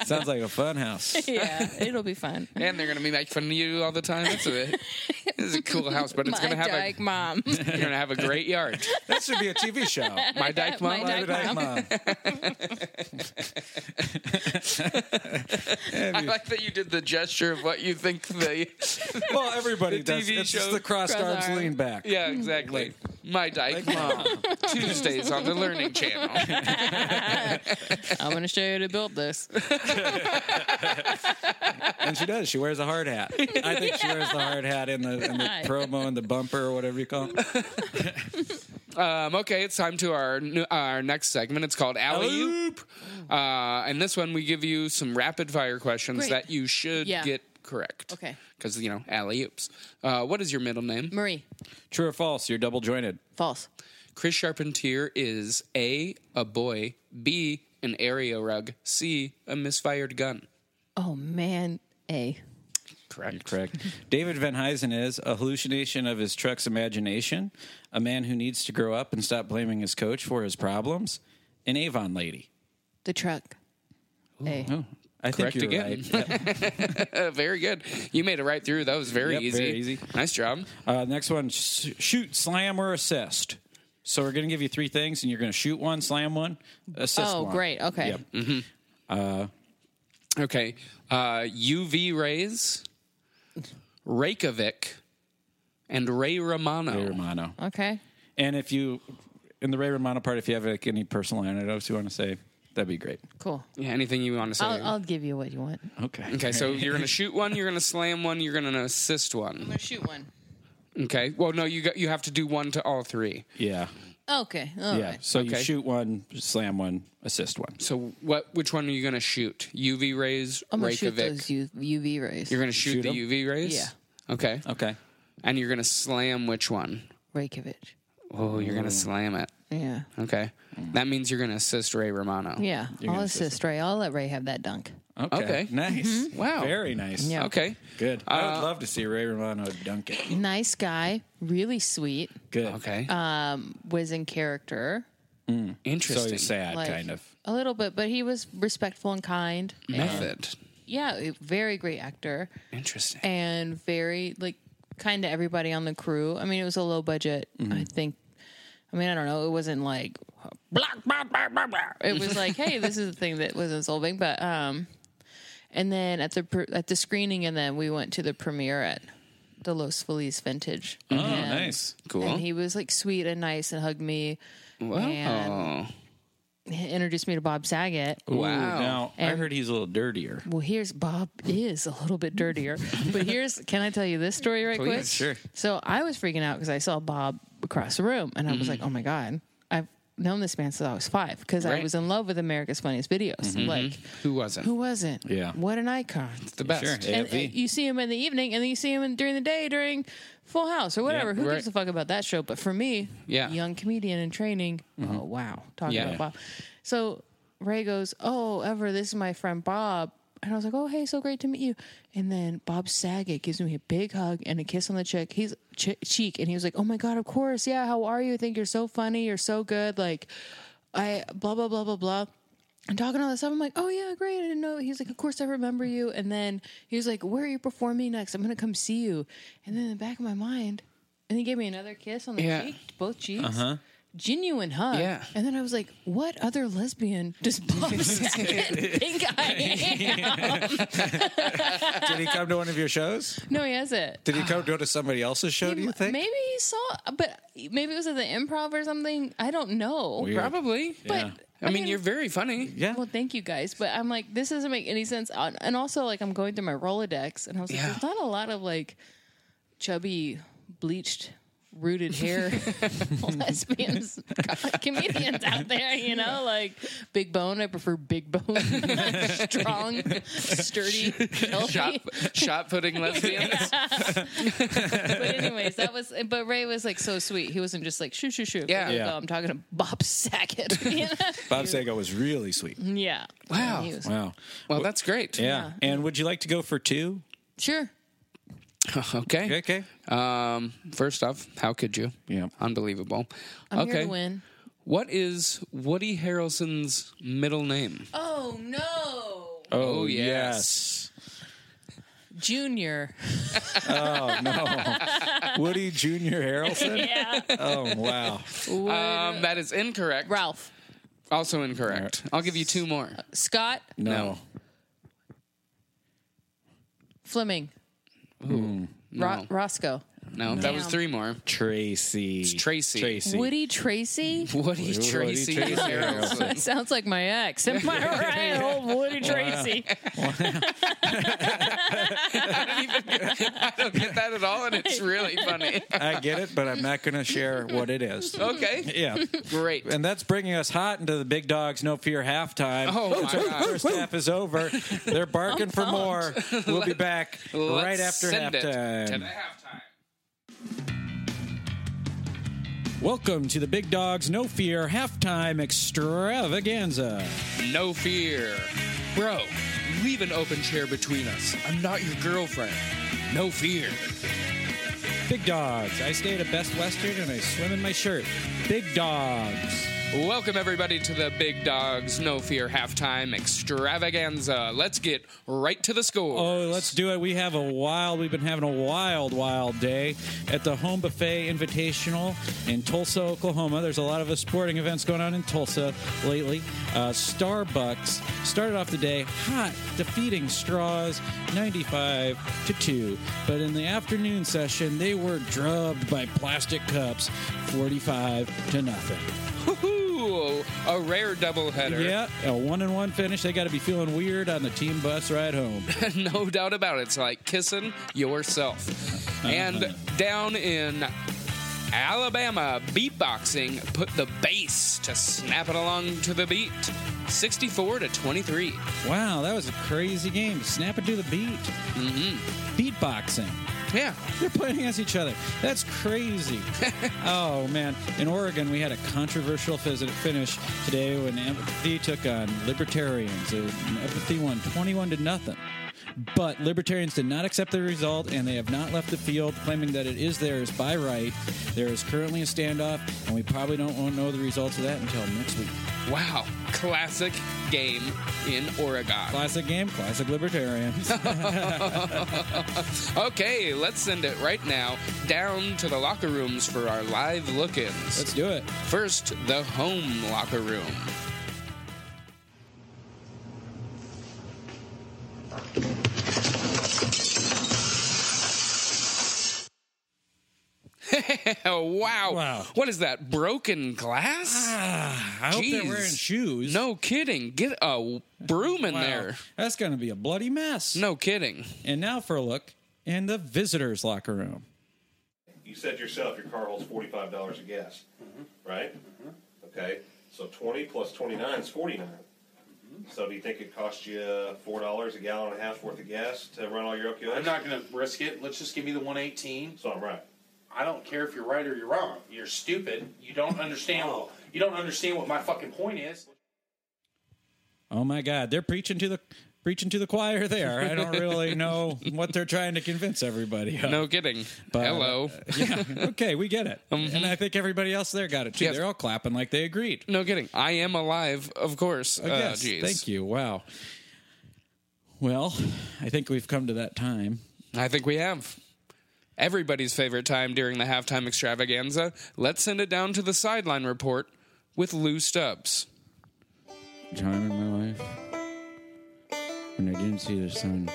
Speaker 3: Sounds like a fun house.
Speaker 4: yeah, it'll be fun.
Speaker 2: And they're gonna be making fun of you all the time. That's a this is a cool house, but it's
Speaker 4: my
Speaker 2: gonna have
Speaker 4: dyke mom.
Speaker 2: a you're gonna have a great yard.
Speaker 3: that should be a TV show.
Speaker 2: My dyke mom.
Speaker 4: My dyke
Speaker 3: Mom.
Speaker 2: I like that you did the gesture of what you think the
Speaker 3: Well, everybody
Speaker 2: The
Speaker 3: does.
Speaker 2: TV
Speaker 3: it's just
Speaker 2: show.
Speaker 3: the crossed
Speaker 4: Cross
Speaker 3: arms
Speaker 4: arm.
Speaker 3: lean back.
Speaker 2: yeah exactly. My dyke mom. Tuesdays on the Learning Channel.
Speaker 4: I'm going to show you how to build this.
Speaker 3: And she does. She wears a hard hat. I think she wears the hard hat in the, in the promo and the bumper or whatever you call it.
Speaker 2: Um, okay, it's time to our new- our next segment. It's called Alley Oop. Uh, and this one, we give you some rapid fire questions
Speaker 4: Great.
Speaker 2: that you should
Speaker 4: Yeah.
Speaker 2: get correct.
Speaker 4: Okay.
Speaker 2: Because, you know, Alley Oops. Uh, what is your middle name?
Speaker 4: Marie,
Speaker 3: True or false? You're double jointed.
Speaker 4: false.
Speaker 2: Chris Charpentier is A, a boy, B, an area rug, C, a misfired gun.
Speaker 4: Oh, man. A.
Speaker 2: Correct.
Speaker 3: Correct. David Van Huysen is a hallucination of his truck's imagination, a man who needs to grow up and stop blaming his coach for his problems, an Avon lady.
Speaker 4: The truck. A.
Speaker 3: Oh, I
Speaker 2: Correct
Speaker 3: think you're
Speaker 2: again.
Speaker 3: right. Yep.
Speaker 2: Uh, very good. You made it right through. That was very
Speaker 3: Yep,
Speaker 2: easy.
Speaker 3: very easy.
Speaker 2: Nice job.
Speaker 3: Uh, next one, sh- shoot, slam, or assist. So we're going to give you three things, and you're going to shoot one, slam one, assist
Speaker 7: Oh,
Speaker 3: one.
Speaker 7: great. Okay.
Speaker 3: Yep.
Speaker 2: Okay. Uh, UV rays, Reykjavik, and Ray Romano.
Speaker 3: Ray Romano.
Speaker 7: Okay.
Speaker 3: And if you, in the Ray Romano part, if you have like, any personal anecdotes you want to say, that'd be great.
Speaker 7: Cool.
Speaker 2: Yeah, anything you want to say?
Speaker 4: I'll, I'll give you what you want.
Speaker 3: Okay.
Speaker 2: okay, so you're going to shoot one, you're going to slam one, you're going to assist one.
Speaker 7: Shoot one.
Speaker 2: Okay. Well, no, you got, you have to do one to all three.
Speaker 3: yeah,
Speaker 7: Okay. All
Speaker 3: yeah. So you
Speaker 2: Okay.
Speaker 3: shoot one, slam one, assist one.
Speaker 2: So what? Which one are you going to shoot? UV rays,
Speaker 4: I'm gonna shoot
Speaker 2: Reykjavik.
Speaker 4: those U- UV rays.
Speaker 2: you're going to shoot,
Speaker 3: Shoot
Speaker 2: the
Speaker 3: 'em?
Speaker 2: UV rays.
Speaker 4: Yeah.
Speaker 2: Okay.
Speaker 3: Okay.
Speaker 2: And you're going to slam which one?
Speaker 4: Reykjavik.
Speaker 2: Oh, you're going to slam it.
Speaker 4: Yeah.
Speaker 2: Okay. That means you're going to assist Ray Romano.
Speaker 4: Yeah. I'll
Speaker 3: gonna assist
Speaker 4: assist Ray. I'll let Ray have that dunk.
Speaker 3: Okay.
Speaker 2: Okay.
Speaker 3: Nice. Uh,
Speaker 2: Wow.
Speaker 3: Very nice.
Speaker 4: Yeah.
Speaker 2: Okay.
Speaker 3: Good. I would love to see Ray Romano dunk it.
Speaker 4: Nice guy, really sweet,
Speaker 3: Good.
Speaker 2: Okay.
Speaker 4: Uh, was in character.
Speaker 3: So
Speaker 2: Interesting.
Speaker 3: he's sad,
Speaker 4: like,
Speaker 3: kind of. Mm.
Speaker 4: A little bit, but he was respectful and kind.
Speaker 2: Method.
Speaker 4: Yeah, a very great actor
Speaker 2: Interesting.
Speaker 4: and very like kind to everybody on the crew. I mean, it was a low budget.
Speaker 3: Mm-hmm.
Speaker 4: I think. I mean, I don't know. It wasn't like blah, blah, blah, blah, blah. It was like, hey, this is the thing that wasn't solving. But um, and then at the pr- at the screening, and then we went to the premiere at the Los Feliz Vintage.
Speaker 3: Oh,
Speaker 4: And-
Speaker 3: nice.
Speaker 2: Cool.
Speaker 4: And he was like sweet and nice and hugged me.
Speaker 2: wow.
Speaker 4: And he introduced me to Bob Saget.
Speaker 3: Ooh,
Speaker 2: Wow.
Speaker 3: Now, I
Speaker 4: And-
Speaker 3: heard he's a little dirtier.
Speaker 4: Well, here's Bob is a little bit dirtier, but here's can I tell you this story right quick?
Speaker 2: Please, Oh, sure.
Speaker 4: So I was freaking out because I saw Bob across the room, and I was like, oh my god, I've known this man since I was five because
Speaker 2: Mm-hmm.
Speaker 4: I
Speaker 2: Right. Mm-hmm.
Speaker 4: was in love with America's Funniest Videos. Like,
Speaker 2: Who wasn't?
Speaker 4: who wasn't?
Speaker 3: Yeah.
Speaker 4: what an icon.
Speaker 2: the best.
Speaker 3: Sure.
Speaker 4: And,
Speaker 3: AFV.
Speaker 4: and uh, you see him in the evening, and then you see him in, during the day during Full House or whatever. Who
Speaker 2: right.
Speaker 4: gives a fuck about that show? But for me,
Speaker 2: Yeah. Mm-hmm.
Speaker 4: young comedian in training. Oh wow, talking
Speaker 2: Yeah.
Speaker 4: about Bob. So Ray goes, "Oh, Ever, this is my friend Bob." And I was like, "Oh, hey, so great to meet you." And then Bob Saget gives me a big hug and a kiss on the cheek. He's che- cheek, and he was like, "Oh my god, of course, yeah. How are you? I think you're so funny. You're so good. Like, I blah blah blah blah blah." and talking all this stuff. I'm like, oh yeah, great. I didn't know. He's like, of course I remember you. And then he was like, where are you performing next? I'm gonna come see you. And then in the back of my mind, and he gave me another kiss on the
Speaker 2: Yeah. Uh-huh.
Speaker 4: cheek, both cheeks. Genuine hug.
Speaker 2: Yeah.
Speaker 4: And then I was like, what other lesbian does Bob Saget think I am?
Speaker 3: Did he come to one of your shows?
Speaker 4: No, he hasn't.
Speaker 3: Did he come go to somebody else's show, do you think?
Speaker 4: Maybe he saw, but maybe it was at the improv or something. I don't know.
Speaker 2: Probably.
Speaker 4: But
Speaker 2: I mean, you're very funny.
Speaker 3: Yeah.
Speaker 4: Well, thank you guys, but I'm like, this doesn't make any sense. And and also, like, I'm going through my Rolodex, and I was like,
Speaker 2: Yeah.
Speaker 4: there's not a lot of like chubby, bleached, rooted hair lesbians comedians out there. You know, like big bone. I prefer big bone, strong, sturdy, healthy.
Speaker 2: Shot, shot putting lesbians.
Speaker 4: But anyways, that was. But Ray was like so sweet. He wasn't just like shoo shoo shoo.
Speaker 2: Yeah.
Speaker 4: Like,
Speaker 3: Yeah.
Speaker 4: "Oh, I'm talking to Bob Saget. You know?
Speaker 3: Bob Sago was really sweet.
Speaker 4: yeah.
Speaker 2: Wow.
Speaker 4: And he was-
Speaker 3: Wow.
Speaker 2: Well, that's great.
Speaker 3: Yeah. And would you like to go for two?
Speaker 4: Sure.
Speaker 2: Okay.
Speaker 3: Okay.
Speaker 2: Um, first off, how could you?
Speaker 3: Yeah.
Speaker 2: Unbelievable.
Speaker 4: I'm
Speaker 2: okay.
Speaker 4: here to win.
Speaker 2: What is Woody Harrelson's middle name?
Speaker 4: Oh no.
Speaker 3: Oh,
Speaker 2: yes.
Speaker 4: Junior.
Speaker 3: yes. Oh, Woody Junior Harrelson. yeah. Oh wow.
Speaker 4: uh,
Speaker 2: Um, that is incorrect.
Speaker 4: Ralph.
Speaker 2: Also incorrect. I'll give you two more.
Speaker 4: Uh, Scott
Speaker 3: No.
Speaker 4: Fleming.
Speaker 2: Hmm.
Speaker 4: Ro- Roscoe.
Speaker 2: No, that was
Speaker 4: Damn.
Speaker 2: three more.
Speaker 3: Tracy.
Speaker 2: Tracy.
Speaker 3: Tracy.
Speaker 4: Woody Tracy?
Speaker 2: Woody, Tracy,
Speaker 3: Tracy
Speaker 2: Harrelson.
Speaker 4: Sounds like my ex. Am I right? Old Woody Tracy.
Speaker 2: I don't get that at all, and it's really funny.
Speaker 3: I get it, but I'm not going to share what it is.
Speaker 2: Okay,
Speaker 3: Yeah.
Speaker 2: great.
Speaker 3: And that's bringing us hot into the Big Dogs No Fear halftime.
Speaker 2: Oh, my
Speaker 3: so the
Speaker 2: God.
Speaker 3: first half is over. They're barking for more. We'll be back right
Speaker 2: Let's
Speaker 3: after
Speaker 2: send it
Speaker 3: halftime.
Speaker 2: to the halftime.
Speaker 3: Welcome to the Big Dogs No Fear halftime extravaganza.
Speaker 2: No fear. Bro, leave an open chair between us. I'm not your girlfriend. No fear.
Speaker 3: Big Dogs. I stay at a Best Western and I swim in my shirt. Big Dogs.
Speaker 2: Welcome, everybody, to the Big Dogs No Fear halftime extravaganza. Let's get right to the score.
Speaker 3: Oh, let's do it. We have a wild, we've been having a wild, wild day at the Home Buffet Invitational in Tulsa, Oklahoma. There's a lot of uh, sporting events going on in Tulsa lately. Uh, Starbucks started off the day hot, defeating Straws 95 to 2. But in the afternoon session, they were drubbed by plastic cups 45 to nothing.
Speaker 2: Woohoo! A rare doubleheader.
Speaker 3: Yeah, a one and one finish. They got to be feeling weird on the team bus ride home.
Speaker 2: no doubt about it. It's like kissing yourself. And down in Alabama, beatboxing put the bass to snap it along to the beat. 64 to 23.
Speaker 3: Wow, that was a crazy game. Snap it to the beat. Mm-hmm. Beatboxing.
Speaker 2: Yeah.
Speaker 3: They're playing against each other. That's crazy. oh, man. In Oregon, we had a controversial phys- finish today when Empathy took on Libertarians. Uh, Empathy won 21 to nothing. But Libertarians did not accept the result, and they have not left the field, claiming that it is theirs by right. There is currently a standoff, and we probably don't won't know the results of that until next week.
Speaker 2: Wow. Classic game in Oregon.
Speaker 3: Classic game, classic Libertarians.
Speaker 2: Okay, let's send it right now down to the locker rooms for our live look ins.
Speaker 3: Let's do it.
Speaker 2: First, the home locker room. wow.
Speaker 3: Wow. Ah.
Speaker 2: What is that? Broken glass?
Speaker 3: I hope
Speaker 2: Jeez.
Speaker 3: they're wearing shoes.
Speaker 2: No kidding. Get a broom in
Speaker 3: Wow.
Speaker 2: there.
Speaker 3: That's going to be a bloody mess.
Speaker 2: No kidding.
Speaker 3: And now for a look in the visitors' locker room.
Speaker 8: you said yourself your car holds forty five dollars of gas,
Speaker 9: Mm-hmm.
Speaker 8: right? Okay, so twenty plus twenty nine is forty
Speaker 9: Mm-hmm.
Speaker 8: So do you think it costs you uh, four dollars a gallon and a half worth of gas to run all your uphill?
Speaker 9: I'm not going to risk it. Let's just give me the 118.
Speaker 8: So I'm right.
Speaker 9: I don't care if you're right or you're wrong. You're stupid. You don't understand. You don't understand what my fucking point is.
Speaker 3: Oh my God, they're preaching to the preaching to the choir there. I don't really know what they're trying to convince everybody. Of.
Speaker 2: No kidding.
Speaker 3: But- uh,
Speaker 2: Hello.
Speaker 3: Yeah. Okay, we get it. And I think everybody else there got it too.
Speaker 2: Mm-hmm. Yes.
Speaker 3: They're all clapping like they agreed.
Speaker 2: No kidding. I am alive, of course.
Speaker 3: I
Speaker 2: Uh,
Speaker 3: guess.
Speaker 2: jeez.
Speaker 3: Thank you. Wow. Well, I think we've come to that time.
Speaker 2: I think we have. Everybody's favorite time during the halftime extravaganza. Let's send it down to the sideline report with Lou Stubbs.
Speaker 3: time in my life when I didn't see the sun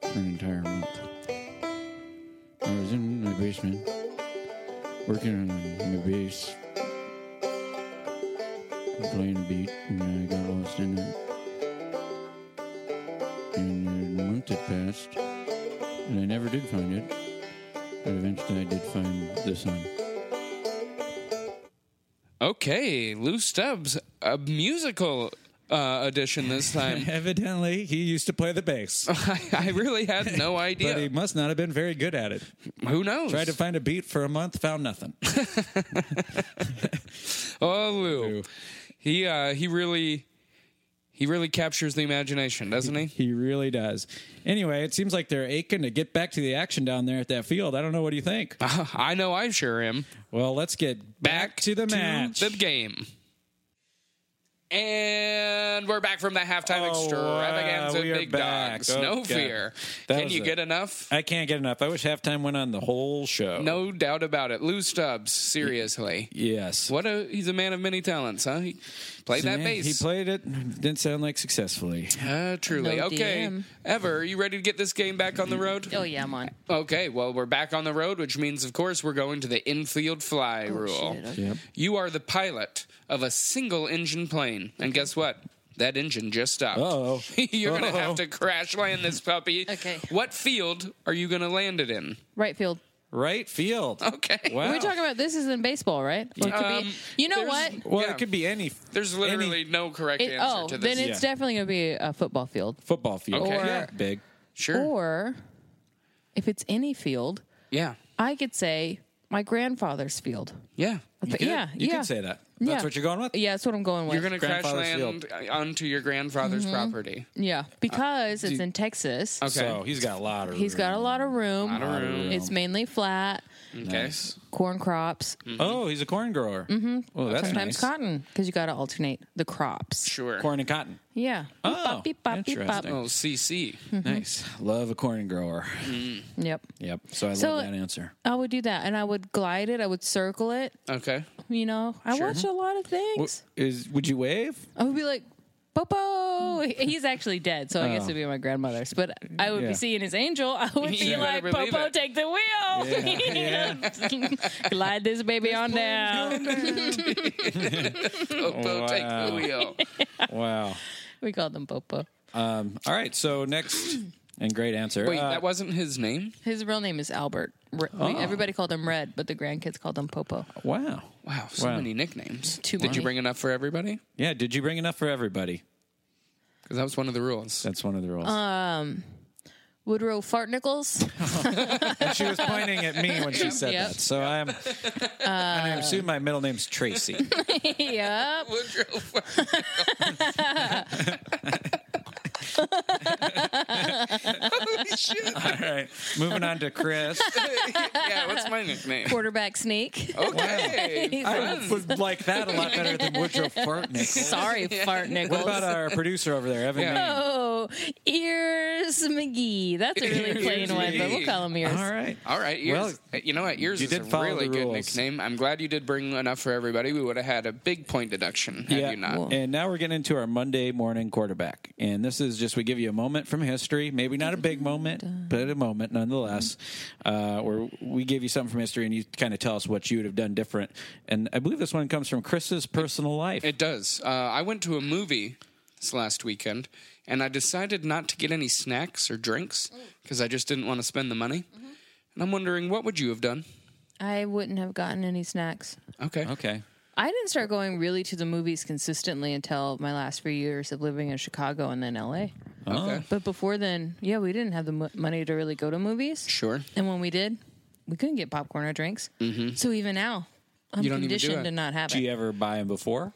Speaker 3: for an entire month. I was in my basement working on my bass, playing a beat, and I got lost in it. And a month had passed, and I never did find it, but eventually I did find the sun.
Speaker 2: Okay, Lou Stubbs, a musical uh, edition this time.
Speaker 3: Evidently, he used to play the bass,
Speaker 2: I, I really had no idea.
Speaker 3: must not have been very good at it.
Speaker 2: Who knows?
Speaker 3: Tried to find a beat for a month, found nothing.
Speaker 2: oh, Lou. He uh, he really he really captures the imagination, doesn't he?
Speaker 3: He really does. Anyway, it seems like they're aching to get back to the action down there at that field. I don't know. What do you think?
Speaker 2: I know I sure am.
Speaker 3: Well, let's get back, to the match.
Speaker 2: the game. And we're back from the halftime
Speaker 3: Oh,
Speaker 2: extravaganza.
Speaker 3: wow, we are
Speaker 2: Big
Speaker 3: back.
Speaker 2: dogs,
Speaker 3: Oh,
Speaker 2: no
Speaker 3: God.
Speaker 2: fear.
Speaker 3: That
Speaker 2: Can
Speaker 3: was
Speaker 2: you
Speaker 3: a-
Speaker 2: get enough?
Speaker 3: I can't get enough. I wish halftime went on the whole show.
Speaker 2: No doubt about it. Lou Stubbs, seriously.
Speaker 3: Yes.
Speaker 2: What a he's a man of many talents, huh? He played that
Speaker 3: Man,
Speaker 2: bass.
Speaker 3: He played it. Didn't sound like successfully.
Speaker 2: Uh, truly.
Speaker 4: No
Speaker 2: okay.
Speaker 4: DM.
Speaker 2: Ever, are you ready to get this game back on the road?
Speaker 5: Oh yeah, I'm on.
Speaker 2: Okay, well, we're back on the road, which means, of course, we're going to the infield fly
Speaker 4: Oh,
Speaker 2: rule.
Speaker 5: shit,
Speaker 3: Yep.
Speaker 2: You are the pilot of a single engine plane. And guess what? That engine just stopped.
Speaker 3: Uh-oh.
Speaker 2: You're going to
Speaker 3: Uh-oh.
Speaker 2: have to crash land this puppy.
Speaker 5: Okay.
Speaker 2: What field are you going to land it in?
Speaker 4: Right field.
Speaker 3: Right field.
Speaker 2: Okay.
Speaker 3: Wow.
Speaker 4: We're talking about this is in baseball, right? Or it could
Speaker 2: Um,
Speaker 4: be- you know
Speaker 2: there's-
Speaker 4: what?
Speaker 3: Well,
Speaker 2: Yeah.
Speaker 3: it could be any.
Speaker 2: There's
Speaker 3: any
Speaker 2: literally no correct
Speaker 4: It,
Speaker 2: answer
Speaker 4: oh,
Speaker 2: to this.
Speaker 4: then it's
Speaker 3: Yeah.
Speaker 4: definitely going to be a football field.
Speaker 3: football field.
Speaker 2: Okay. Or-
Speaker 3: Yeah, big.
Speaker 2: sure.
Speaker 4: Or if it's any field,
Speaker 2: yeah.
Speaker 4: I could say my grandfather's field.
Speaker 2: Yeah.
Speaker 3: You
Speaker 4: But
Speaker 3: could-
Speaker 4: yeah,
Speaker 3: you
Speaker 4: yeah.
Speaker 3: could say that. That's
Speaker 4: Yeah.
Speaker 3: what you're going with.
Speaker 4: Yeah, that's what I'm going with.
Speaker 2: You're going to crash
Speaker 3: Grandfather's
Speaker 2: land onto your grandfather's
Speaker 4: Mm-hmm.
Speaker 2: property.
Speaker 4: yeah, because it's in Texas.
Speaker 2: Uh, Okay.
Speaker 3: So he's got a lot of.
Speaker 4: He's got a lot of room.
Speaker 2: Lot of room.
Speaker 4: It's mainly flat,
Speaker 2: Okay.
Speaker 4: corn crops,
Speaker 3: Oh, he's a corn grower. Mm-hmm. Oh, that's
Speaker 4: sometimes
Speaker 3: nice.
Speaker 4: cotton, because you got to alternate the crops.
Speaker 2: Sure.
Speaker 3: Corn and cotton.
Speaker 4: Yeah.
Speaker 3: Oh,
Speaker 4: Beep, bop, beep, bop, beep, bop.
Speaker 3: interesting.
Speaker 2: Oh, CC.
Speaker 4: Hmm. Mm-hmm.
Speaker 3: Nice. Love a corn grower.
Speaker 4: Yep.
Speaker 3: Yep. So I
Speaker 4: So-
Speaker 3: love that answer.
Speaker 4: I would do that, and I would glide it. I would circle it.
Speaker 2: Okay.
Speaker 4: You know, I watch a lot of things.
Speaker 3: Is would you wave?
Speaker 4: I would be like, Popo. He's actually dead, so I guess
Speaker 3: Oh.
Speaker 4: it'd be my grandmother's. But I would
Speaker 3: Yeah.
Speaker 4: be seeing his angel. I would be
Speaker 2: You better
Speaker 4: like,
Speaker 2: believe
Speaker 4: Popo,
Speaker 2: it."
Speaker 4: take the wheel. Glide this baby on down.
Speaker 2: Popo, Oh, take the
Speaker 3: Wow.
Speaker 2: wheel.
Speaker 3: Wow.
Speaker 4: We called him Popo.
Speaker 3: All right. So next, and great answer.
Speaker 2: Wait,
Speaker 3: Uh,
Speaker 2: that wasn't his name?
Speaker 4: His real name is Albert. Re-
Speaker 3: Oh.
Speaker 4: we- Everybody called him Red, but the grandkids called him Popo.
Speaker 3: wow.
Speaker 2: Wow, so
Speaker 3: Wow.
Speaker 2: many nicknames.
Speaker 4: Too
Speaker 2: Did you
Speaker 4: many.
Speaker 2: bring enough for everybody?
Speaker 3: Yeah. Did you bring enough for everybody?
Speaker 2: Because that was one of the rules.
Speaker 3: That's one of the rules.
Speaker 4: Uh, Woodrow Fartnickles.
Speaker 3: and she was pointing at me when she said
Speaker 4: Yep.
Speaker 3: that. So I'm. and I assume my middle name's Tracy.
Speaker 4: yep.
Speaker 2: Holy shit.
Speaker 3: All right. Moving on to Chris.
Speaker 2: yeah, what's my nickname?
Speaker 4: Quarterback snake.
Speaker 2: Oh. Okay.
Speaker 3: I would like that a lot better than Woodrow Fartnick.
Speaker 4: Sorry, Fartnickles.
Speaker 3: What about uh, our producer over there, Evan?
Speaker 2: Yeah.
Speaker 3: Mean?
Speaker 4: Oh, Ears McGee. That's a really
Speaker 2: Ears
Speaker 4: plain one, but we'll
Speaker 2: McGee.
Speaker 4: call him Ears.
Speaker 3: All right.
Speaker 2: All right, ears. you know what? Ears
Speaker 3: you
Speaker 2: is a
Speaker 3: did follow
Speaker 2: really
Speaker 3: the
Speaker 2: good
Speaker 3: rules.
Speaker 2: nickname. I'm glad you did bring enough for everybody. We would have had a big point deduction had you not.
Speaker 3: And now we're getting into our Monday morning quarterback. And this is just we give you a moment from history, maybe not a big moment, but a moment nonetheless, uh, where we give you something from history and you kind of tell us what you would have done different. And I believe this one comes from Chris's personal life.
Speaker 2: It does. Uh, I went to a movie this last weekend, and I decided not to get any snacks or drinks because I just didn't want to spend the money. And I'm wondering, what would you have done?
Speaker 4: I wouldn't have gotten any snacks.
Speaker 2: Okay.
Speaker 3: okay.
Speaker 4: I didn't start going really to the movies consistently until my last few years of living in Chicago and then LA.
Speaker 3: Oh.
Speaker 2: Okay.
Speaker 4: But before then, yeah, we didn't have the mo- money to really go to movies.
Speaker 2: Sure.
Speaker 4: And when we did, we couldn't get popcorn or drinks. Mm-hmm. So even now, I'm
Speaker 2: You don't even do
Speaker 4: conditioned
Speaker 2: it.
Speaker 4: to not have
Speaker 3: Do
Speaker 4: it.
Speaker 3: you ever buy them before?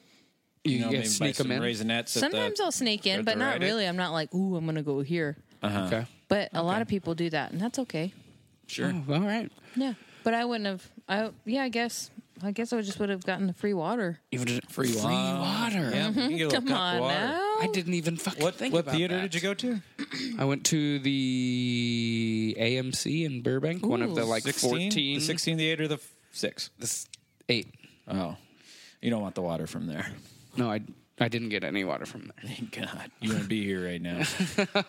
Speaker 2: You,
Speaker 3: know, maybe
Speaker 2: yeah,
Speaker 3: buy
Speaker 2: sneak
Speaker 3: some
Speaker 2: them in.
Speaker 3: Raisinets at
Speaker 4: Sometimes
Speaker 3: the-
Speaker 4: I'll sneak in,
Speaker 3: at
Speaker 4: but
Speaker 3: the
Speaker 4: not
Speaker 3: Rite Aid?
Speaker 4: really. I'm not like, ooh, I'm going to go here.
Speaker 2: Okay.
Speaker 4: But a lot of people do that, and that's okay.
Speaker 3: Uh-huh. Sure.
Speaker 2: Oh, all right.
Speaker 4: Yeah, but I wouldn't have. I yeah, I guess. I guess I just would have gotten the free water.
Speaker 2: Even free, free
Speaker 3: wine.
Speaker 2: water.
Speaker 3: Yeah, you can get a little
Speaker 4: Come
Speaker 3: cup of
Speaker 4: on
Speaker 3: water.
Speaker 4: now.
Speaker 2: I didn't even fucking
Speaker 3: What,
Speaker 2: think
Speaker 3: what
Speaker 2: about
Speaker 3: theater
Speaker 2: that.
Speaker 3: did you go to?
Speaker 2: I went to the AMC in Burbank, one of the like
Speaker 3: 16?
Speaker 2: 14,
Speaker 3: The 16, the 8, or the 6?
Speaker 2: the s- eight.
Speaker 3: Oh. You don't want the water from there.
Speaker 2: No, I I didn't get any water from there.
Speaker 3: Thank God. You wouldn't be here right now.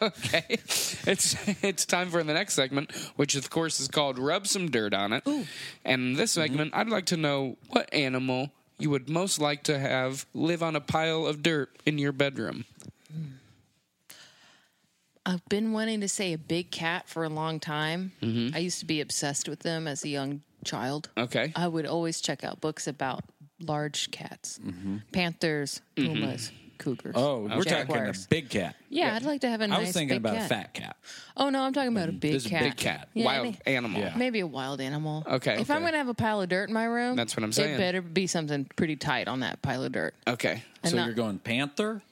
Speaker 2: Okay, it's it's time for the next segment, which of course is called "Rub Some Dirt on It." And in this
Speaker 4: Mm-hmm.
Speaker 2: segment, I'd like to know what animal you would most like to have live on a pile of dirt in your bedroom.
Speaker 4: I've been wanting to say a big cat for a long time.
Speaker 3: Mm-hmm.
Speaker 4: I used to be obsessed with them as a young child.
Speaker 2: Okay,
Speaker 4: I would always check out books about large cats,
Speaker 2: Mm-hmm.
Speaker 4: panthers, pumas, cougars.
Speaker 3: Oh, we're talking a
Speaker 4: jaguars.
Speaker 3: big cat.
Speaker 4: yeah, I'd like to have a nice.
Speaker 3: I was thinking
Speaker 4: big
Speaker 3: about
Speaker 4: cat.
Speaker 3: a fat cat.
Speaker 4: Oh no, I'm talking about a
Speaker 2: Mm-hmm.
Speaker 4: big
Speaker 3: This is a
Speaker 4: cat.
Speaker 3: big cat.
Speaker 4: Yeah,
Speaker 2: wild
Speaker 4: any-
Speaker 2: animal.
Speaker 3: Yeah.
Speaker 4: Maybe a wild animal.
Speaker 2: Okay.
Speaker 4: If
Speaker 2: Okay.
Speaker 4: I'm gonna have a pile of dirt in my room,
Speaker 2: That's what I'm
Speaker 4: It
Speaker 2: saying.
Speaker 4: better be something pretty tight on that pile of dirt.
Speaker 2: Okay,
Speaker 4: And
Speaker 3: so
Speaker 4: not-
Speaker 3: you're going panther?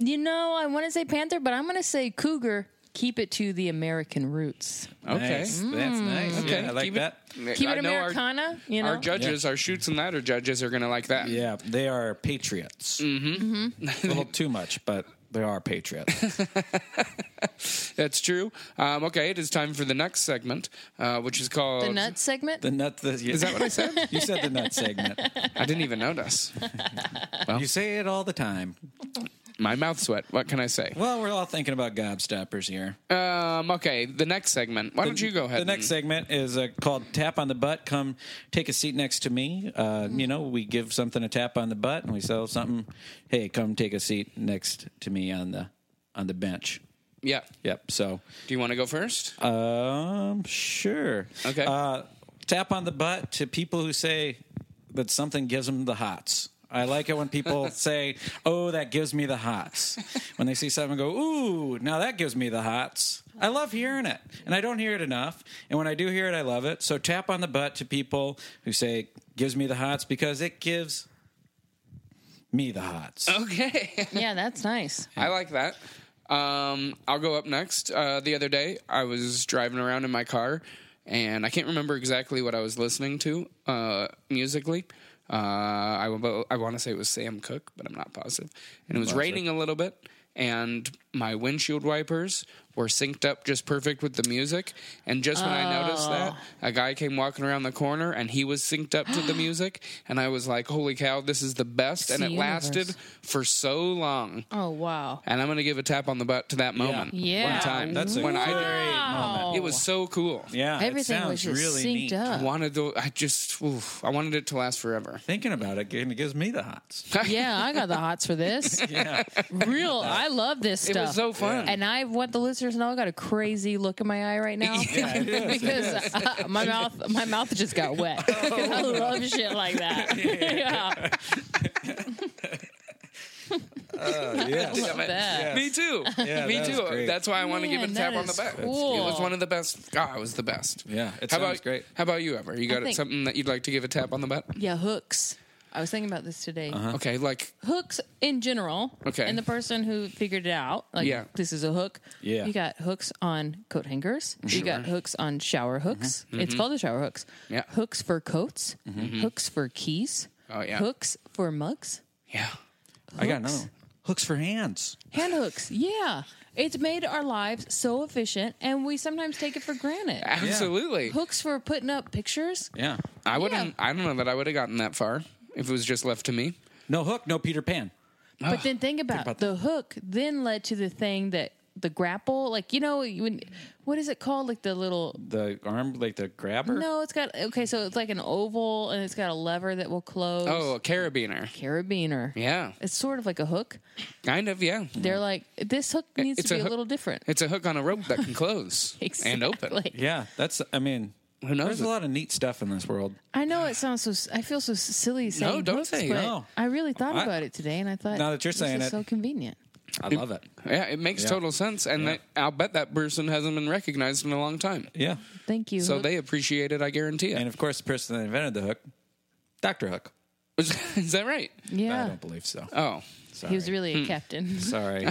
Speaker 4: You know, I want to say panther, but I'm going to say cougar. Keep it to the American roots.
Speaker 2: okay. Mm.
Speaker 3: Nice. That's nice.
Speaker 2: Okay,
Speaker 3: Yeah, I like
Speaker 2: keep it-
Speaker 3: that.
Speaker 4: Keep
Speaker 2: I
Speaker 4: it
Speaker 2: know our-
Speaker 4: Americana. you know,
Speaker 2: Our judges, our shoots and ladder judges are going to like that.
Speaker 3: Yeah, they are patriots. Mm-hmm. a little too much, but they are patriots.
Speaker 2: That's true. Um, okay, it is time for the next segment, uh, which is called.
Speaker 4: the nut segment.
Speaker 3: the nut. The,
Speaker 2: Is that what I said?
Speaker 3: You said the nut segment.
Speaker 2: I didn't even notice.
Speaker 3: You say it all the time.
Speaker 2: My mouth sweat. What can I say?
Speaker 3: Well, we're all thinking about gobstoppers here.
Speaker 2: Um, okay, the next segment. Why don't you go ahead?
Speaker 3: The next
Speaker 2: and-
Speaker 3: segment is uh, called "Tap on the Butt." Come, take a seat next to me. Uh, You know, we give something a tap on the butt, and we sell something. Hey, come take a seat next to me on the on the bench.
Speaker 2: Yeah.
Speaker 3: Yep. So,
Speaker 2: Do you want to go first?
Speaker 3: um, sure.
Speaker 2: Okay.
Speaker 3: Uh, tap on the butt to people who say that something gives them the hots. I like it when people say, "Oh, that gives me the hots." When they see something, go, "Ooh, now that gives me the hots." I love hearing it, and I don't hear it enough. And when I do hear it, I love it. So tap on the butt to people who say, "Gives me the hots," because it gives me the hots.
Speaker 2: Oh, Okay.
Speaker 4: Yeah, that's nice.
Speaker 2: I like that. Um, I'll go up next. Uh, the other day, I was driving around in my car, and I can't remember exactly what I was listening to uh, musically. Uh, I, wa- I want to say it was Sam Cooke, but I'm not positive. And it was raining a little bit, and my windshield wipers were synced up just perfect with the music. And just when I noticed
Speaker 4: Ah.
Speaker 2: that, a guy came walking around the corner, and he was synced up to the music. And I was like, "Holy cow, this is the best!" and
Speaker 4: the
Speaker 2: it
Speaker 4: universe.
Speaker 2: lasted for so long.
Speaker 4: Oh wow.
Speaker 2: And I'm going to give a tap on the butt to that moment.
Speaker 4: Yeah.
Speaker 2: One time.
Speaker 3: That's a
Speaker 2: when I-
Speaker 4: Wow.
Speaker 2: It was so cool.
Speaker 3: Yeah, it
Speaker 4: Everything was
Speaker 3: sounds
Speaker 4: just
Speaker 3: really
Speaker 4: synced
Speaker 3: neat.
Speaker 4: up.
Speaker 2: I wanted to, I just, oof, I wanted it to last forever.
Speaker 3: Thinking about it, it gives me the hots.
Speaker 4: yeah, I got the hots for this.
Speaker 3: Yeah.
Speaker 4: Real, I love this
Speaker 2: It
Speaker 4: stuff.
Speaker 2: was so fun.
Speaker 4: And I want the listeners to know I got a crazy look in my eye right now because uh, my mouth my mouth just got wet. I love shit like that. yeah,
Speaker 3: yes.
Speaker 4: love that.
Speaker 2: Me too.
Speaker 3: Yeah,
Speaker 2: Me
Speaker 3: that was
Speaker 2: too.
Speaker 3: great.
Speaker 2: That's why I want to give it a
Speaker 4: Man,
Speaker 2: tap
Speaker 4: that
Speaker 2: on the
Speaker 4: is
Speaker 2: back.
Speaker 4: cool.
Speaker 2: It was one of the best. God, it was the best.
Speaker 3: Yeah, it
Speaker 2: how
Speaker 3: sounds
Speaker 2: about,
Speaker 3: great.
Speaker 2: How about you, Ever? You got
Speaker 4: think-
Speaker 2: something that you'd like to give a tap on the butt?
Speaker 4: Yeah, hooks. I was thinking about this today.
Speaker 2: Okay, like,
Speaker 4: Hooks in general,
Speaker 2: Okay.
Speaker 4: and the person who figured it out, like
Speaker 2: Yeah.
Speaker 4: this is a hook.
Speaker 3: Yeah.
Speaker 4: you got hooks on coat hangers. You got hooks on shower hooks. It's called the shower hooks.
Speaker 2: Mm-hmm. Yeah. Mm-hmm.
Speaker 4: hooks for coats. Hooks for keys.
Speaker 2: Oh, yeah.
Speaker 4: hooks for mugs.
Speaker 2: yeah.
Speaker 3: I got another one. Hooks for hands.
Speaker 4: Hand hooks, yeah. It's made our lives so efficient, and we sometimes take it for granted.
Speaker 2: Ah. Absolutely.
Speaker 4: Hooks for putting up pictures.
Speaker 3: Yeah.
Speaker 2: I wouldn't, I don't know that I would have gotten that far if it was just left to me.
Speaker 3: No hook, no Peter Pan.
Speaker 2: Ah.
Speaker 4: But then think about,
Speaker 3: about
Speaker 4: the hook. Then led to the thing that the grapple, like you know, when what is it called? Like the little.
Speaker 3: The arm, like the grabber.
Speaker 4: No, it's got okay. So it's like an oval, and it's got a lever that will close.
Speaker 2: Oh, a carabiner.
Speaker 4: carabiner.
Speaker 2: Yeah.
Speaker 4: It's sort of like a hook.
Speaker 2: Kind of, yeah.
Speaker 4: They're like this hook needs
Speaker 2: it's
Speaker 4: to
Speaker 2: a
Speaker 4: be a,
Speaker 2: hook-
Speaker 4: little different.
Speaker 2: It's a hook on a rope that can close and open.
Speaker 4: Exactly.
Speaker 3: Yeah, that's. I mean,
Speaker 2: Who knows
Speaker 3: There's a
Speaker 2: it?
Speaker 3: lot of neat stuff in this world.
Speaker 4: I know it sounds so. I feel so silly saying
Speaker 2: don't
Speaker 4: hooks,
Speaker 2: say
Speaker 4: but
Speaker 3: no.
Speaker 4: I really thought
Speaker 3: I-
Speaker 4: about it today, and I thought
Speaker 3: Now that you're
Speaker 4: this
Speaker 3: saying
Speaker 4: is
Speaker 3: it.
Speaker 4: so convenient.
Speaker 3: I love it.
Speaker 2: Yeah, it makes
Speaker 3: Yeah.
Speaker 2: total sense, and that, I'll bet that person hasn't been recognized in a long time.
Speaker 3: Yeah,
Speaker 4: Thank you.
Speaker 2: So
Speaker 4: Hook.
Speaker 2: they appreciate it, I guarantee
Speaker 3: and
Speaker 2: it.
Speaker 3: of course, the person that invented the hook, Doctor Hook.
Speaker 2: Is, is that right?
Speaker 3: I
Speaker 4: yeah,
Speaker 3: don't believe so.
Speaker 2: Oh,
Speaker 3: Sorry.
Speaker 4: he was really
Speaker 2: Hmm.
Speaker 4: a captain.
Speaker 3: Sorry.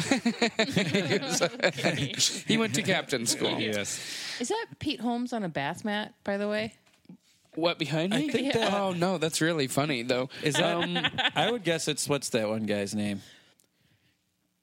Speaker 2: he went to captain school.
Speaker 3: yes.
Speaker 4: Is that Pete Holmes on a bath mat? By the way,
Speaker 2: What behind me?
Speaker 3: think that-
Speaker 2: Oh no, that's really funny though.
Speaker 3: Is that? I would guess it's what's that one guy's name?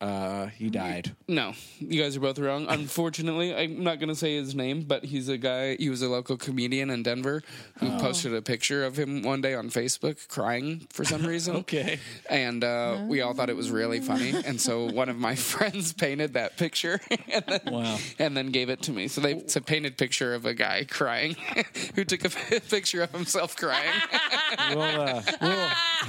Speaker 3: Uh, he died.
Speaker 2: No, you guys are both wrong. Unfortunately, I'm not going to say his name, but he's a guy. He was a local comedian in Denver who
Speaker 3: Oh.
Speaker 2: posted a picture of him one day on Facebook crying for some reason.
Speaker 3: Okay.
Speaker 2: and uh, we all thought it was really funny, and so one of my friends painted that picture and then,
Speaker 3: Wow.
Speaker 2: and then gave it to me. So they it's a painted picture of a guy crying who took a picture of himself crying.
Speaker 3: We'll, uh, we'll-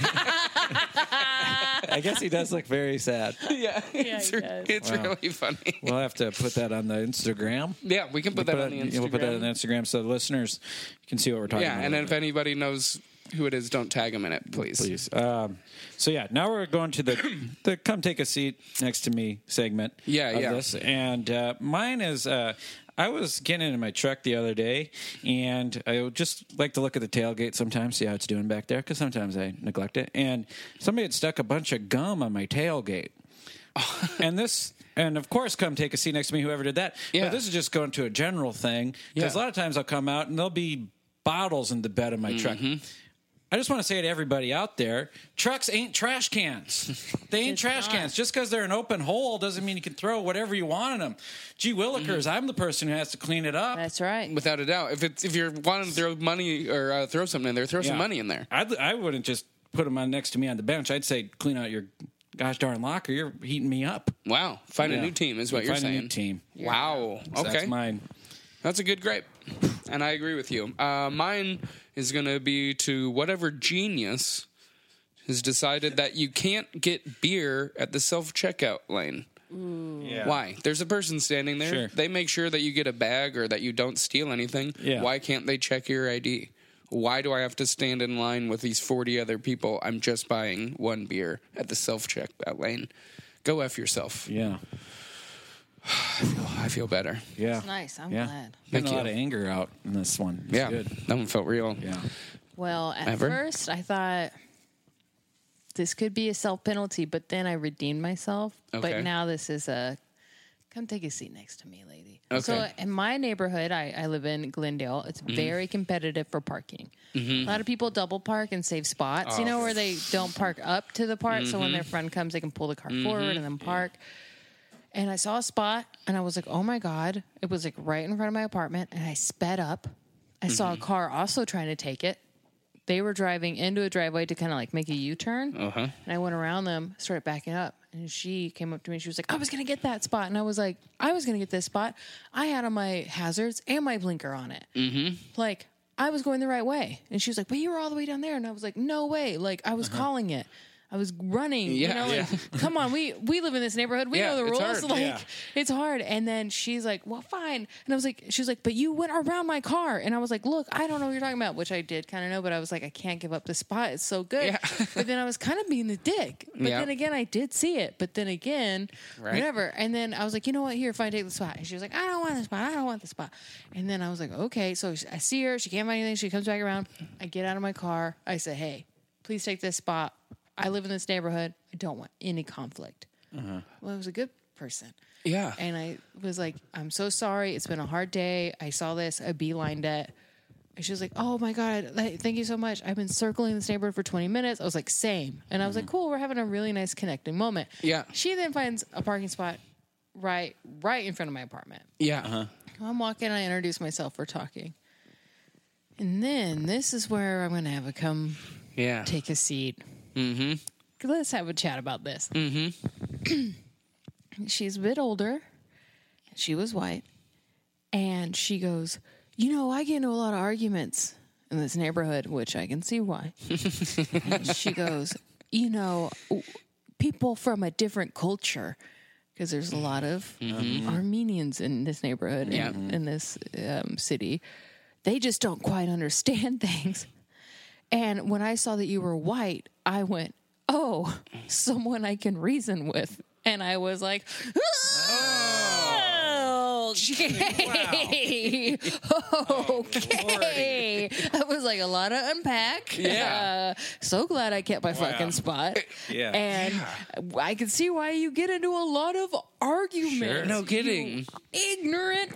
Speaker 3: I guess he does look very sad.
Speaker 2: yeah, it's,
Speaker 4: he does.
Speaker 2: it's really funny.
Speaker 3: We'll have to put that on the Instagram.
Speaker 2: Yeah, we can put that on the Instagram.
Speaker 3: We'll put that on Instagram so the listeners can see what we're talking
Speaker 2: yeah,
Speaker 3: about.
Speaker 2: and if anybody knows who it is, don't tag him in it, please.
Speaker 3: please. Um, so yeah, now we're going to the the come take a seat next to me segment.
Speaker 2: Yeah,
Speaker 3: of
Speaker 2: yeah.
Speaker 3: This. And uh, mine is uh, I was getting into my truck the other day, and I would just like to look at the tailgate sometimes, see how it's doing back there, because sometimes I neglect it. And somebody had stuck a bunch of gum on my tailgate, and this. And of course, come take a seat next to me. Whoever did that,
Speaker 2: Yeah.
Speaker 3: but this is just going to a general thing. Because
Speaker 2: Yeah.
Speaker 3: a lot of times I'll come out and there'll be bottles in the bed of my
Speaker 2: Mm-hmm.
Speaker 3: truck. I just want to say to everybody out there, trucks ain't trash cans. They ain't trash cans. Just because they're an open hole doesn't mean you can throw whatever you want in them. Gee willikers, I'm the person who has to clean it up.
Speaker 4: Mm-hmm. that's right.
Speaker 2: Without a doubt, if it's if you're wanting to throw money or uh, throw something in there, throw
Speaker 3: Yeah.
Speaker 2: some money in there.
Speaker 3: I'd, I wouldn't just put them on next to me on the bench. I'd say, clean out your gosh darn locker. You're heating me up.
Speaker 2: Wow, find a
Speaker 3: Yeah.
Speaker 2: new team is what you're
Speaker 3: Find a
Speaker 2: saying.
Speaker 3: new team.
Speaker 2: Wow.
Speaker 3: So
Speaker 2: okay.
Speaker 3: That's mine.
Speaker 2: That's a good gripe, and I agree with you. Uh, mine is going to be to whatever genius has decided that you can't get beer at the self checkout lane. Why? There's a person standing there.
Speaker 3: Sure.
Speaker 2: They make sure that you get a bag or that you don't steal anything.
Speaker 3: Yeah.
Speaker 2: Why can't they check your ID? Why do I have to stand in line with these 40 other people? I'm just buying one beer at the self checkout lane. Go F yourself.
Speaker 3: Yeah.
Speaker 2: Oh, I feel better.
Speaker 3: Yeah.
Speaker 4: It's nice. I'm
Speaker 3: yeah.
Speaker 4: glad.
Speaker 3: Getting
Speaker 2: Thank
Speaker 3: a lot
Speaker 2: you.
Speaker 3: of anger out in this one. It's
Speaker 2: yeah.
Speaker 3: Good.
Speaker 2: That one felt real.
Speaker 3: Yeah.
Speaker 4: Well, at
Speaker 2: Ever?
Speaker 4: first I thought this could be a self penalty, but then I redeemed myself.
Speaker 2: Okay.
Speaker 4: But now this is a come take a seat next to me, lady. So
Speaker 2: Okay. Mm-hmm.
Speaker 4: in my neighborhood, I, I live in Glendale. It's very competitive for parking. A lot of people double park and save spots. You know
Speaker 2: Oh.
Speaker 4: where they don't park up to the part, so
Speaker 2: Mm-hmm.
Speaker 4: when their friend comes, they can pull the car forward and then park. And I saw a spot and I was like, oh my God. It was like right in front of my apartment. And I sped up. I saw a
Speaker 2: Mm-hmm.
Speaker 4: car also trying to take it. They were driving into a driveway to kind of like make a U turn. Uh-huh. And I went around them, started backing up. And she came up to me and she was like, I was going to get that spot. And I was like, I was going to get this spot. I had on my hazards and my blinker on it. Mm-hmm. Like, I was going the right way. And she was like, But you were all the way down there. And I was like, No way. Like, I was calling it. I was running.
Speaker 2: Uh-huh. Yeah,
Speaker 4: you know, like,
Speaker 2: yeah.
Speaker 4: come on, we we live in this neighborhood. We
Speaker 2: Yeah,
Speaker 4: know the
Speaker 2: it's
Speaker 4: rules.
Speaker 2: hard.
Speaker 4: Like
Speaker 2: Yeah.
Speaker 4: it's hard. And then she's like, "Well, fine." And I was like, "She was like, but you went around my car." And I was like, "Look, I don't know what you're talking about," which I did kind of know, but I was like, "I can't give up the spot. It's so good."
Speaker 2: Yeah.
Speaker 4: but then I was kind of being the dick. But
Speaker 2: Yeah.
Speaker 4: then again, I did see it. But then again,
Speaker 2: Right.
Speaker 4: whatever. And then I was like, "You know what? Here, fine, take the spot." And she was like, "I don't want the spot. I don't want the spot." And then I was like, "Okay." So I see her. She can't find anything. She comes back around. I get out of my car. I say, "Hey, please take this spot. I live in this neighborhood. I don't want any conflict." Well, I was a good person.
Speaker 2: Yeah.
Speaker 4: And I was like, I'm so sorry. It's been a hard day. I saw this. I beelined it. And she was like, Oh my God. th- Thank you so much. I've been circling this neighborhood for 20 minutes. I was like, Same. And I was like, Cool. We're having a really nice connecting moment.
Speaker 2: Mm-hmm. Yeah.
Speaker 4: She then finds a parking spot right right in front of my apartment.
Speaker 2: yeah.
Speaker 3: Uh-huh.
Speaker 4: I'm walking. I introduce myself. We're talking. And then this is where I'm going to have a come
Speaker 2: Yeah.
Speaker 4: take a seat. Mm-hmm. Let's have a chat about this. Mm-hmm. She's a bit older. She was white. And she goes, You know, I get into a lot of arguments in this neighborhood, which I can see why. And she goes, You know, w- people from a different culture. Because there's a lot of um, Armenians in this neighborhood, and in, this um, city. They just don't quite understand things. And when I saw that you were white, I went, "Oh, someone I can reason with." And I was like, "Oh, "Okay, okay." That was like a lot to unpack.
Speaker 2: Yeah.
Speaker 4: Uh, so glad I kept my fucking spot.
Speaker 3: Yeah.
Speaker 4: And I can see why you get into a lot of arguments.
Speaker 2: No
Speaker 4: you
Speaker 2: kidding.
Speaker 4: ignorant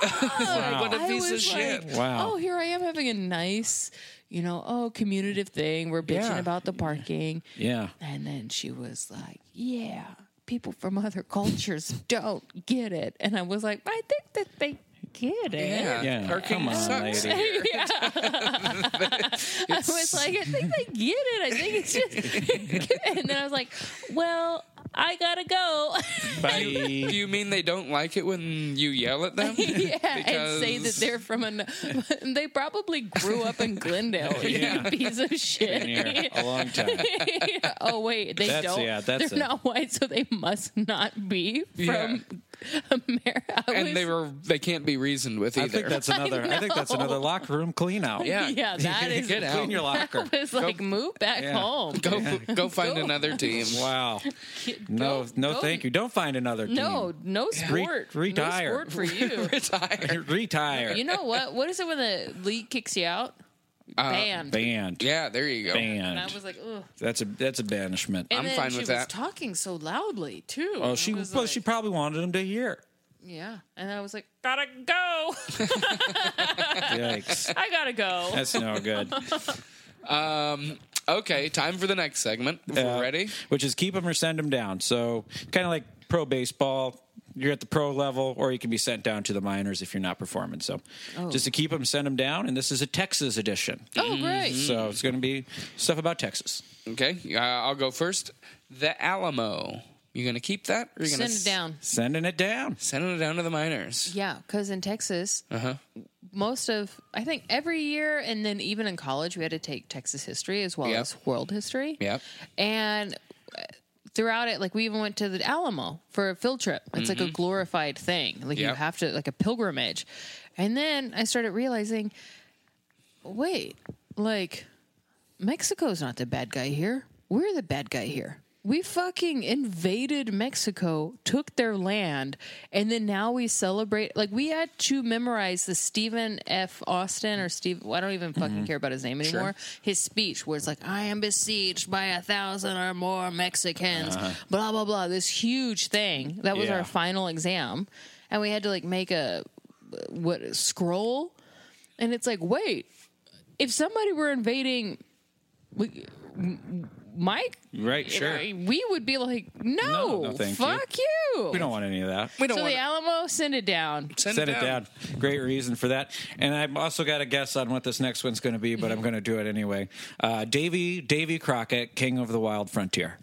Speaker 2: What a
Speaker 4: I
Speaker 2: piece of
Speaker 4: was
Speaker 2: shit.
Speaker 4: like,
Speaker 3: Wow.
Speaker 4: Oh, here I am having a nice, you know, oh, commutative thing. We're bitching
Speaker 2: Yeah.
Speaker 4: about the parking.
Speaker 3: Yeah.
Speaker 4: And then she was like, yeah, people from other cultures don't get it. And I was like, I think that they get it.
Speaker 2: Yeah.
Speaker 3: Yeah.
Speaker 2: Parking
Speaker 3: Come on,
Speaker 2: sucks
Speaker 3: lady.
Speaker 2: here.
Speaker 4: I was like, I think they get it. I think it's just. and then I was like, well, I gotta go.
Speaker 3: Bye.
Speaker 2: Do you mean they don't like it when you yell at them?
Speaker 4: yeah, and say that
Speaker 2: Because-
Speaker 4: they're from an. They probably grew up in Glendale. You piece of shit.
Speaker 3: here a long time.
Speaker 4: oh wait, they
Speaker 3: That's-
Speaker 4: don't.
Speaker 3: yeah, that's
Speaker 4: They're
Speaker 3: it.
Speaker 4: not white, so they must not be
Speaker 2: Yeah.
Speaker 4: from America. I
Speaker 2: and
Speaker 4: was-
Speaker 2: they were they can't be reasoned with
Speaker 3: I
Speaker 2: either.
Speaker 3: think that's another. I, think that's
Speaker 4: know.
Speaker 3: another locker room clean out.
Speaker 2: yeah.
Speaker 4: yeah, that is.
Speaker 2: Get out.
Speaker 3: Clean your locker.
Speaker 4: I was like, move back
Speaker 3: Yeah.
Speaker 4: home.
Speaker 2: Go go find
Speaker 4: Go.
Speaker 2: another team.
Speaker 3: Wow. No,
Speaker 4: Go-
Speaker 3: no,
Speaker 4: go-
Speaker 3: thank you. Don't find another team.
Speaker 4: No, no sport.
Speaker 3: Re- retire.
Speaker 4: No sport for you.
Speaker 2: Retire.
Speaker 3: Retire.
Speaker 4: you know what? What is it when the league kicks you out? Banned.
Speaker 3: Banned.
Speaker 2: Yeah, there you go.
Speaker 4: And I
Speaker 3: Banned.
Speaker 4: was like, ugh.
Speaker 3: That's a that's a banishment.
Speaker 4: And
Speaker 2: I'm
Speaker 4: then
Speaker 2: fine
Speaker 4: she
Speaker 2: with
Speaker 4: was
Speaker 2: that.
Speaker 4: talking so loudly too.
Speaker 3: oh,
Speaker 4: And
Speaker 3: she
Speaker 4: I
Speaker 3: well,
Speaker 4: was
Speaker 3: she
Speaker 4: like-
Speaker 3: probably wanted him to hear.
Speaker 4: yeah. And I was like, gotta go.
Speaker 3: Yikes.
Speaker 4: I gotta go.
Speaker 3: That's no good.
Speaker 2: Okay, time for the next segment. If
Speaker 3: Uh,
Speaker 2: we're ready.
Speaker 3: Which is keep them or send them down. So kind of like pro baseball. You're at the pro level, or you can be sent down to the minors if you're not performing. So, just to keep them, send them down. And this is a Texas edition.
Speaker 4: oh, great.
Speaker 3: So it's going to be stuff about Texas.
Speaker 2: Okay, uh, I'll go first. The Alamo. You gonna keep that? Or you gonna
Speaker 4: Send
Speaker 2: s-
Speaker 4: it down.
Speaker 3: Sending it down.
Speaker 2: Send it down to the minors.
Speaker 4: Yeah, because in Texas,
Speaker 2: Uh-huh.
Speaker 4: most of I think every year, and then even in college, we had to take Texas history as well
Speaker 2: Yep.
Speaker 4: as world history.
Speaker 2: Yep.
Speaker 4: and uh, throughout it, like we even went to the Alamo for a field trip. It's like a glorified thing. Like you
Speaker 2: Mm-hmm. Yep.
Speaker 4: have to like a pilgrimage, and then I started realizing wait, like Mexico's not the bad guy here. We're the bad guy here. We fucking invaded Mexico, took their land, and then now we celebrate. Like we had to memorize the Stephen F. Austin or Steve. well, I don't even fucking care about his name anymore. His speech where it's like, "I am besieged by a thousand or more Mexicans," blah blah blah. This huge thing that was
Speaker 3: Yeah.
Speaker 4: our final exam, and we had to like make a what scroll and it's like wait if somebody were invading we, mike
Speaker 3: Right, sure.
Speaker 4: we would be like no,
Speaker 3: No, no, thank you.
Speaker 4: fuck you,
Speaker 3: We don't want any of that.
Speaker 2: We don't
Speaker 4: so
Speaker 2: want
Speaker 4: the alamo send it down
Speaker 2: send
Speaker 3: Set it down. Great reason for that. And I've also got a guess on what this next one's going to be, but I'm going to do it anyway. Uh, Davy Davy Crockett, King of the Wild Frontier.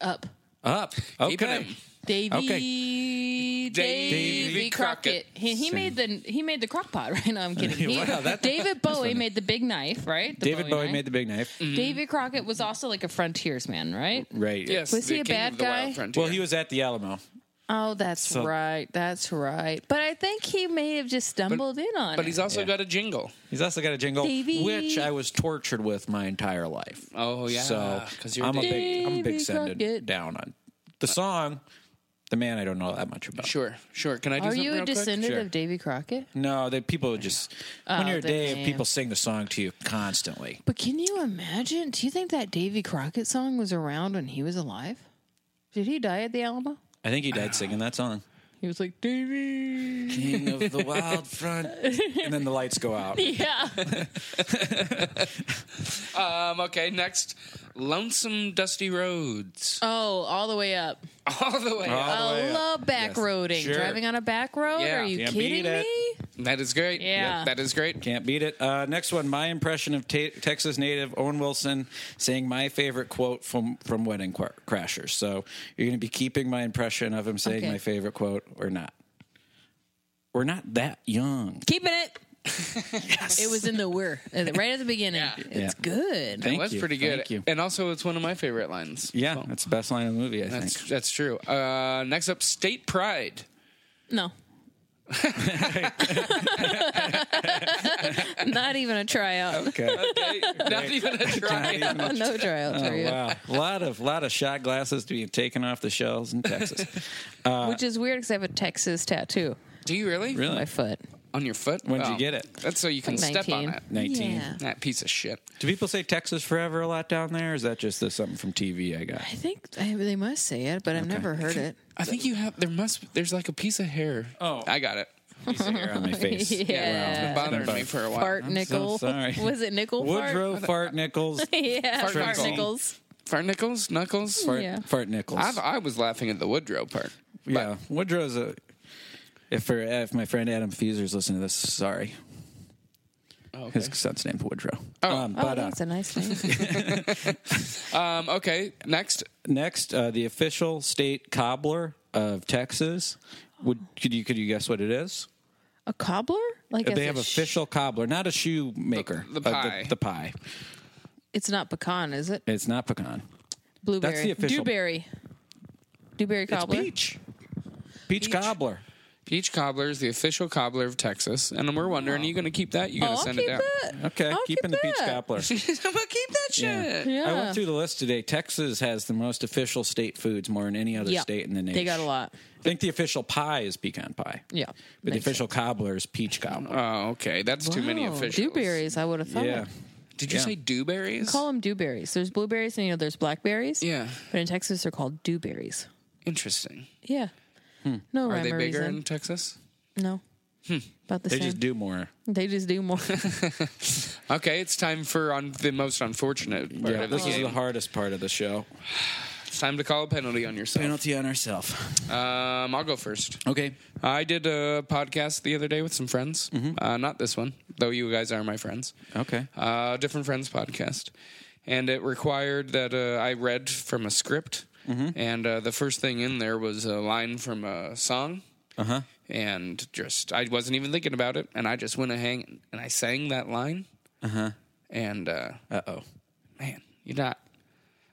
Speaker 4: up
Speaker 3: Up.
Speaker 2: Keeping
Speaker 3: Okay.
Speaker 2: him.
Speaker 4: davy davy,
Speaker 2: Davy
Speaker 4: crockett,
Speaker 2: Crockett.
Speaker 4: He, he made the he made the crock pot right now i'm kidding he,
Speaker 3: Wow, that-
Speaker 4: david bowie made the big knife right The
Speaker 3: David Bowie
Speaker 4: knife. Mm.
Speaker 3: made the big knife.
Speaker 4: david crockett was also like a frontiersman right
Speaker 3: Right.
Speaker 2: Yes,
Speaker 4: Was
Speaker 2: the
Speaker 4: he a
Speaker 2: king
Speaker 4: bad
Speaker 2: of the wild
Speaker 4: guy?
Speaker 2: frontier.
Speaker 3: Well, he was at the Alamo.
Speaker 4: oh that's right that's right but i think he may have just stumbled in on
Speaker 2: but
Speaker 4: it
Speaker 2: he's also
Speaker 3: Yeah.
Speaker 2: got a jingle.
Speaker 3: He's also got a jingle,
Speaker 4: Davy.
Speaker 3: which I was tortured with my entire life.
Speaker 2: Oh, yeah,
Speaker 3: So
Speaker 2: 'cause you're
Speaker 3: I'm a big, I'm a
Speaker 4: Davy
Speaker 3: big sended
Speaker 4: Crockett.
Speaker 3: down on the song. The man I don't know that much about.
Speaker 2: Sure, sure. Can I do
Speaker 4: Are
Speaker 2: something
Speaker 4: you a
Speaker 2: real quick?
Speaker 4: descendant
Speaker 3: Sure.
Speaker 4: of Davy Crockett?
Speaker 3: No, they people would just when
Speaker 4: Oh,
Speaker 3: you're a
Speaker 4: the
Speaker 3: Dave,
Speaker 4: name.
Speaker 3: people sing the song to you constantly.
Speaker 4: But can you imagine? Do you think that Davy Crockett song was around when he was alive? Did he die at the Alamo?
Speaker 3: I think he
Speaker 2: Ah.
Speaker 3: died singing that song.
Speaker 4: He was like Davy.
Speaker 3: King of the Wild Front, and then the lights go out.
Speaker 4: Yeah.
Speaker 2: Um, okay, next, lonesome dusty roads,
Speaker 4: Oh, all the way up.
Speaker 2: all the way.
Speaker 3: All
Speaker 2: up.
Speaker 3: the way
Speaker 4: I
Speaker 3: up.
Speaker 4: love back
Speaker 3: Yes.
Speaker 4: roading.
Speaker 3: Sure.
Speaker 4: Driving on a back road?
Speaker 2: Yeah.
Speaker 4: Are you
Speaker 3: Can't beat
Speaker 4: kidding
Speaker 3: it.
Speaker 4: me?
Speaker 2: That is great.
Speaker 4: Yeah.
Speaker 2: that is great.
Speaker 3: Can't beat it. Uh, next one, my impression of ta Texas native Owen Wilson saying my favorite quote from from Wedding Qu- Crashers. So you're going to be keeping my impression of him saying
Speaker 4: Okay.
Speaker 3: my favorite quote or not. We're not that young.
Speaker 4: Keeping it. It was in the we're right at the beginning. It's
Speaker 3: Yeah.
Speaker 4: good.
Speaker 3: Thank
Speaker 2: that was
Speaker 3: you.
Speaker 2: pretty good.
Speaker 3: Thank you.
Speaker 2: And also, it's one of my favorite lines.
Speaker 3: Yeah,
Speaker 2: So,
Speaker 3: that's the best line in the movie. I
Speaker 2: that's
Speaker 3: think.
Speaker 2: that's true. Uh, next up, state pride.
Speaker 4: No. Not even a tryout.
Speaker 3: Okay.
Speaker 2: Okay, not even a try.
Speaker 4: Oh, no tryout for you.
Speaker 3: wow, a lot of lot of shot glasses being taken off the shelves in Texas.
Speaker 4: Which is weird because I have a Texas tattoo
Speaker 2: Do you really?
Speaker 4: on
Speaker 3: Really,
Speaker 4: my foot.
Speaker 2: On your foot?
Speaker 3: When'd you
Speaker 2: Oh.
Speaker 3: get it?
Speaker 2: That's so you can
Speaker 4: Like
Speaker 2: step on
Speaker 4: 19.
Speaker 2: it.
Speaker 3: nineteen.
Speaker 4: Yeah.
Speaker 2: That piece of shit.
Speaker 3: Do people say Texas forever a lot down there? Or is that just the, something from TV I got?
Speaker 4: I think I, they must say it, but I've never heard it.
Speaker 2: I think you have. There must. There's like a piece of hair.
Speaker 3: Oh.
Speaker 2: I got it.
Speaker 3: Piece of hair on my face.
Speaker 2: It's been
Speaker 4: Yeah.
Speaker 2: bothering me for a while.
Speaker 4: Fart
Speaker 3: I'm
Speaker 4: nickel.
Speaker 3: so sorry.
Speaker 4: Was it nickel
Speaker 3: Woodrow Fart Nichols.
Speaker 4: fart? Yeah,
Speaker 2: Fart
Speaker 4: fart,
Speaker 2: nickel.
Speaker 4: nickels.
Speaker 2: Fart nickels, knuckles.
Speaker 3: Fart,
Speaker 4: Yeah. uh,
Speaker 3: fart Nichols.
Speaker 2: I've, I was laughing at the Woodrow part.
Speaker 3: yeah, Woodrow's a. If, for, if my friend Adam Fuser's listening to this, sorry. His son's named Woodrow. Um,
Speaker 4: Oh,
Speaker 3: but uh,
Speaker 4: that's a nice name.
Speaker 2: Um, okay, next.
Speaker 3: next, uh, the official state cobbler of Texas. Would could you could you guess what it is?
Speaker 4: a cobbler? Like as
Speaker 3: they have
Speaker 4: a sh-
Speaker 3: official cobbler, not a shoemaker.
Speaker 2: The- the
Speaker 3: Uh,
Speaker 2: pie.
Speaker 3: the, the pie.
Speaker 4: It's not pecan, is it?
Speaker 3: It's not pecan.
Speaker 4: Blueberry.
Speaker 3: the official-
Speaker 4: Dewberry. Dewberry cobbler.
Speaker 3: It's peach. Peach cobbler.
Speaker 2: Peach Cobbler is the official cobbler of Texas, and we're wondering, are you going to keep that? You going
Speaker 4: Oh,
Speaker 2: to
Speaker 4: I'll
Speaker 2: send
Speaker 4: keep
Speaker 2: it down?
Speaker 4: that.
Speaker 3: Okay,
Speaker 4: I'll
Speaker 3: keeping
Speaker 4: keep
Speaker 3: the peach
Speaker 4: Oh, that.
Speaker 3: cobbler.
Speaker 2: I'm gonna keep that
Speaker 3: Yeah.
Speaker 2: shit.
Speaker 3: I
Speaker 4: Yeah.
Speaker 3: went through the list today. Texas has the most official state foods more than any other
Speaker 4: Yeah.
Speaker 3: state in the nation.
Speaker 4: They got a lot.
Speaker 3: I think the official pie is pecan pie.
Speaker 4: Yeah.
Speaker 3: But the
Speaker 4: Makes
Speaker 3: official cobbler is peach cobbler.
Speaker 2: Oh, okay. That's too many
Speaker 4: Wow,
Speaker 2: officials.
Speaker 4: Oh, Dewberries, I would have thought.
Speaker 3: yeah.
Speaker 2: Did you
Speaker 3: Yeah.
Speaker 2: say dewberries?
Speaker 4: Call them dewberries. There's blueberries and you know there's blackberries.
Speaker 2: Yeah.
Speaker 4: But in Texas they're called dewberries.
Speaker 2: Interesting.
Speaker 4: Yeah.
Speaker 3: Hmm.
Speaker 4: No
Speaker 2: Are
Speaker 4: rhyme
Speaker 2: they
Speaker 4: or
Speaker 2: bigger Hmm.
Speaker 4: reason.
Speaker 2: in Texas?
Speaker 4: No. About the
Speaker 3: They
Speaker 4: same.
Speaker 3: just do more.
Speaker 4: They just do more. Oh,
Speaker 2: Okay, it's time for on the most unfortunate part
Speaker 3: Yeah,
Speaker 2: of the
Speaker 3: this is
Speaker 2: game.
Speaker 3: the hardest part of the show.
Speaker 2: it's time to call a penalty on yourself.
Speaker 3: Penalty on ourselves.
Speaker 2: Um, I'll go first.
Speaker 3: Okay.
Speaker 2: I did a podcast the other day with some friends.
Speaker 3: Mm-hmm.
Speaker 2: Uh, not this one, though you guys are my friends.
Speaker 3: Okay.
Speaker 2: Uh, different friends podcast. And it required that uh, I read from a script.
Speaker 3: Mm-hmm.
Speaker 2: And uh, the first thing in there was a line from a song. Uh
Speaker 3: Uh-huh.
Speaker 2: huh. And just, I wasn't even thinking about it. And I just went ahead and I sang that line.
Speaker 3: Uh-huh.
Speaker 2: Uh huh. And, uh,
Speaker 3: Uh oh.
Speaker 2: man, you're not,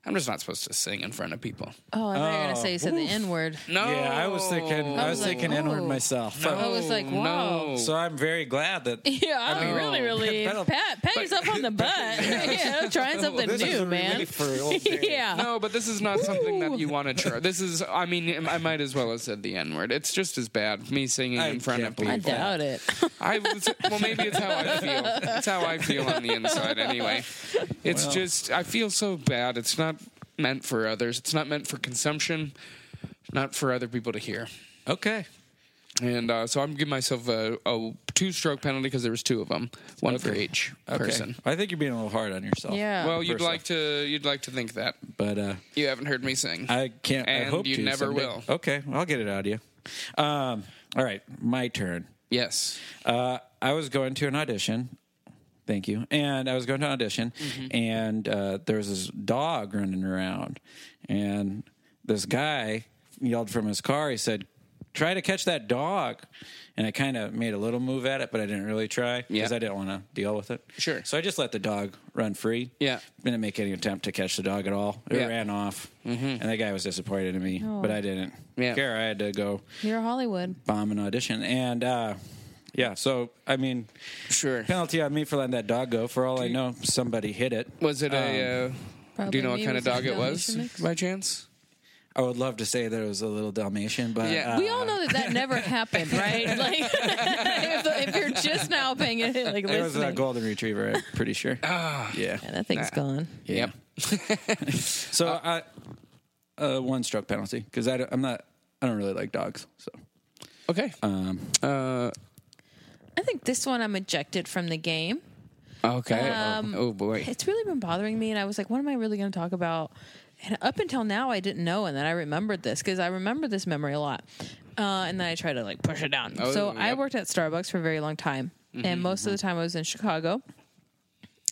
Speaker 2: I'm just not supposed to sing in front of people.
Speaker 4: Oh, I thought you were gonna say you said the N word.
Speaker 2: No.
Speaker 3: Yeah, I was thinking. I
Speaker 4: I
Speaker 3: was
Speaker 4: was like,
Speaker 3: thinking inward
Speaker 4: oh.
Speaker 3: myself.
Speaker 4: I was like, wow.
Speaker 2: No.
Speaker 3: So I'm very glad that
Speaker 4: Yeah, I'm really, really
Speaker 3: penal-
Speaker 4: Pat butt. Pat yourself on the butt. yeah, trying something new, man. yeah.
Speaker 2: No, but this is not something that you want to try. This is, I mean, I might as well have said the N word. It's just as bad, me singing in front of
Speaker 4: I
Speaker 2: people.
Speaker 4: doubt it.
Speaker 2: I well, maybe it's how I feel. It's how I feel on the inside, anyway. It's just I feel so bad. It's not meant for others. It's not meant for consumption. Not for other people to hear.
Speaker 3: Okay.
Speaker 2: And uh, so I'm giving myself a, a two-stroke penalty because there was two of them, one for
Speaker 3: Okay.
Speaker 2: each
Speaker 3: Okay.
Speaker 2: person.
Speaker 3: I think you're being a little hard on yourself.
Speaker 4: Yeah.
Speaker 2: Well, you'd
Speaker 3: First
Speaker 2: like
Speaker 3: off.
Speaker 2: to you'd like to think that
Speaker 3: But uh,
Speaker 2: you haven't heard me sing.
Speaker 3: I can't.
Speaker 2: And
Speaker 3: I hope
Speaker 2: you
Speaker 3: to
Speaker 2: never
Speaker 3: someday.
Speaker 2: will.
Speaker 3: Okay, I'll get it out of you. Um, all right, my turn.
Speaker 2: yes.
Speaker 3: Uh, I was going to an audition. Thank you. And I was going to an audition,
Speaker 2: Mm-hmm.
Speaker 3: and uh, there was this dog running around, and this guy yelled from his car. He said, "Try to catch that dog." And I kind of made a little move at it, but I didn't really try because
Speaker 2: Yeah.
Speaker 3: I didn't want to deal with it.
Speaker 2: Sure.
Speaker 3: So I just let the dog run free.
Speaker 2: Yeah.
Speaker 3: Didn't make any attempt to catch the dog at all. It
Speaker 2: Yeah. Mm-hmm.
Speaker 3: ran off, and that guy was disappointed in me, but I didn't
Speaker 2: Yeah.
Speaker 3: care. I had to go
Speaker 4: You're Hollywood.
Speaker 3: bomb an audition. And uh, yeah, so I mean,
Speaker 2: Sure.
Speaker 3: penalty on me for letting that dog go. For all I know, somebody hit it.
Speaker 2: Was it
Speaker 3: Um,
Speaker 2: a? Uh, do
Speaker 4: Probably
Speaker 2: you know what
Speaker 4: me
Speaker 2: kind of
Speaker 4: with my
Speaker 2: dog it was
Speaker 4: Dalmatian mix.
Speaker 2: by chance?
Speaker 3: I would love to say that it was a little Dalmatian, but
Speaker 2: Yeah.
Speaker 3: uh,
Speaker 4: We all know that that never happened, right? Like, if, if you're just now paying it, like
Speaker 3: it was a
Speaker 4: listening, Ah.
Speaker 3: golden retriever. I'm pretty sure. yeah.
Speaker 4: that thing's gone.
Speaker 3: yeah. So
Speaker 4: Uh,
Speaker 3: I, uh, one stroke penalty because I'm not. I don't really like dogs. So
Speaker 2: Okay.
Speaker 3: um,
Speaker 4: I think this one I'm ejected from the game.
Speaker 2: okay.
Speaker 4: Um,
Speaker 2: oh boy.
Speaker 4: It's really been bothering me, and I was like, "What am I really going to talk about?" And up until now, I didn't know, and then I remembered this because I remember this memory a lot, uh, and then I tried to like push it down.
Speaker 3: Oh,
Speaker 4: so I
Speaker 2: yep.
Speaker 4: worked at Starbucks for a very long time,
Speaker 3: Mm-hmm,
Speaker 4: and most of the time I was in Chicago,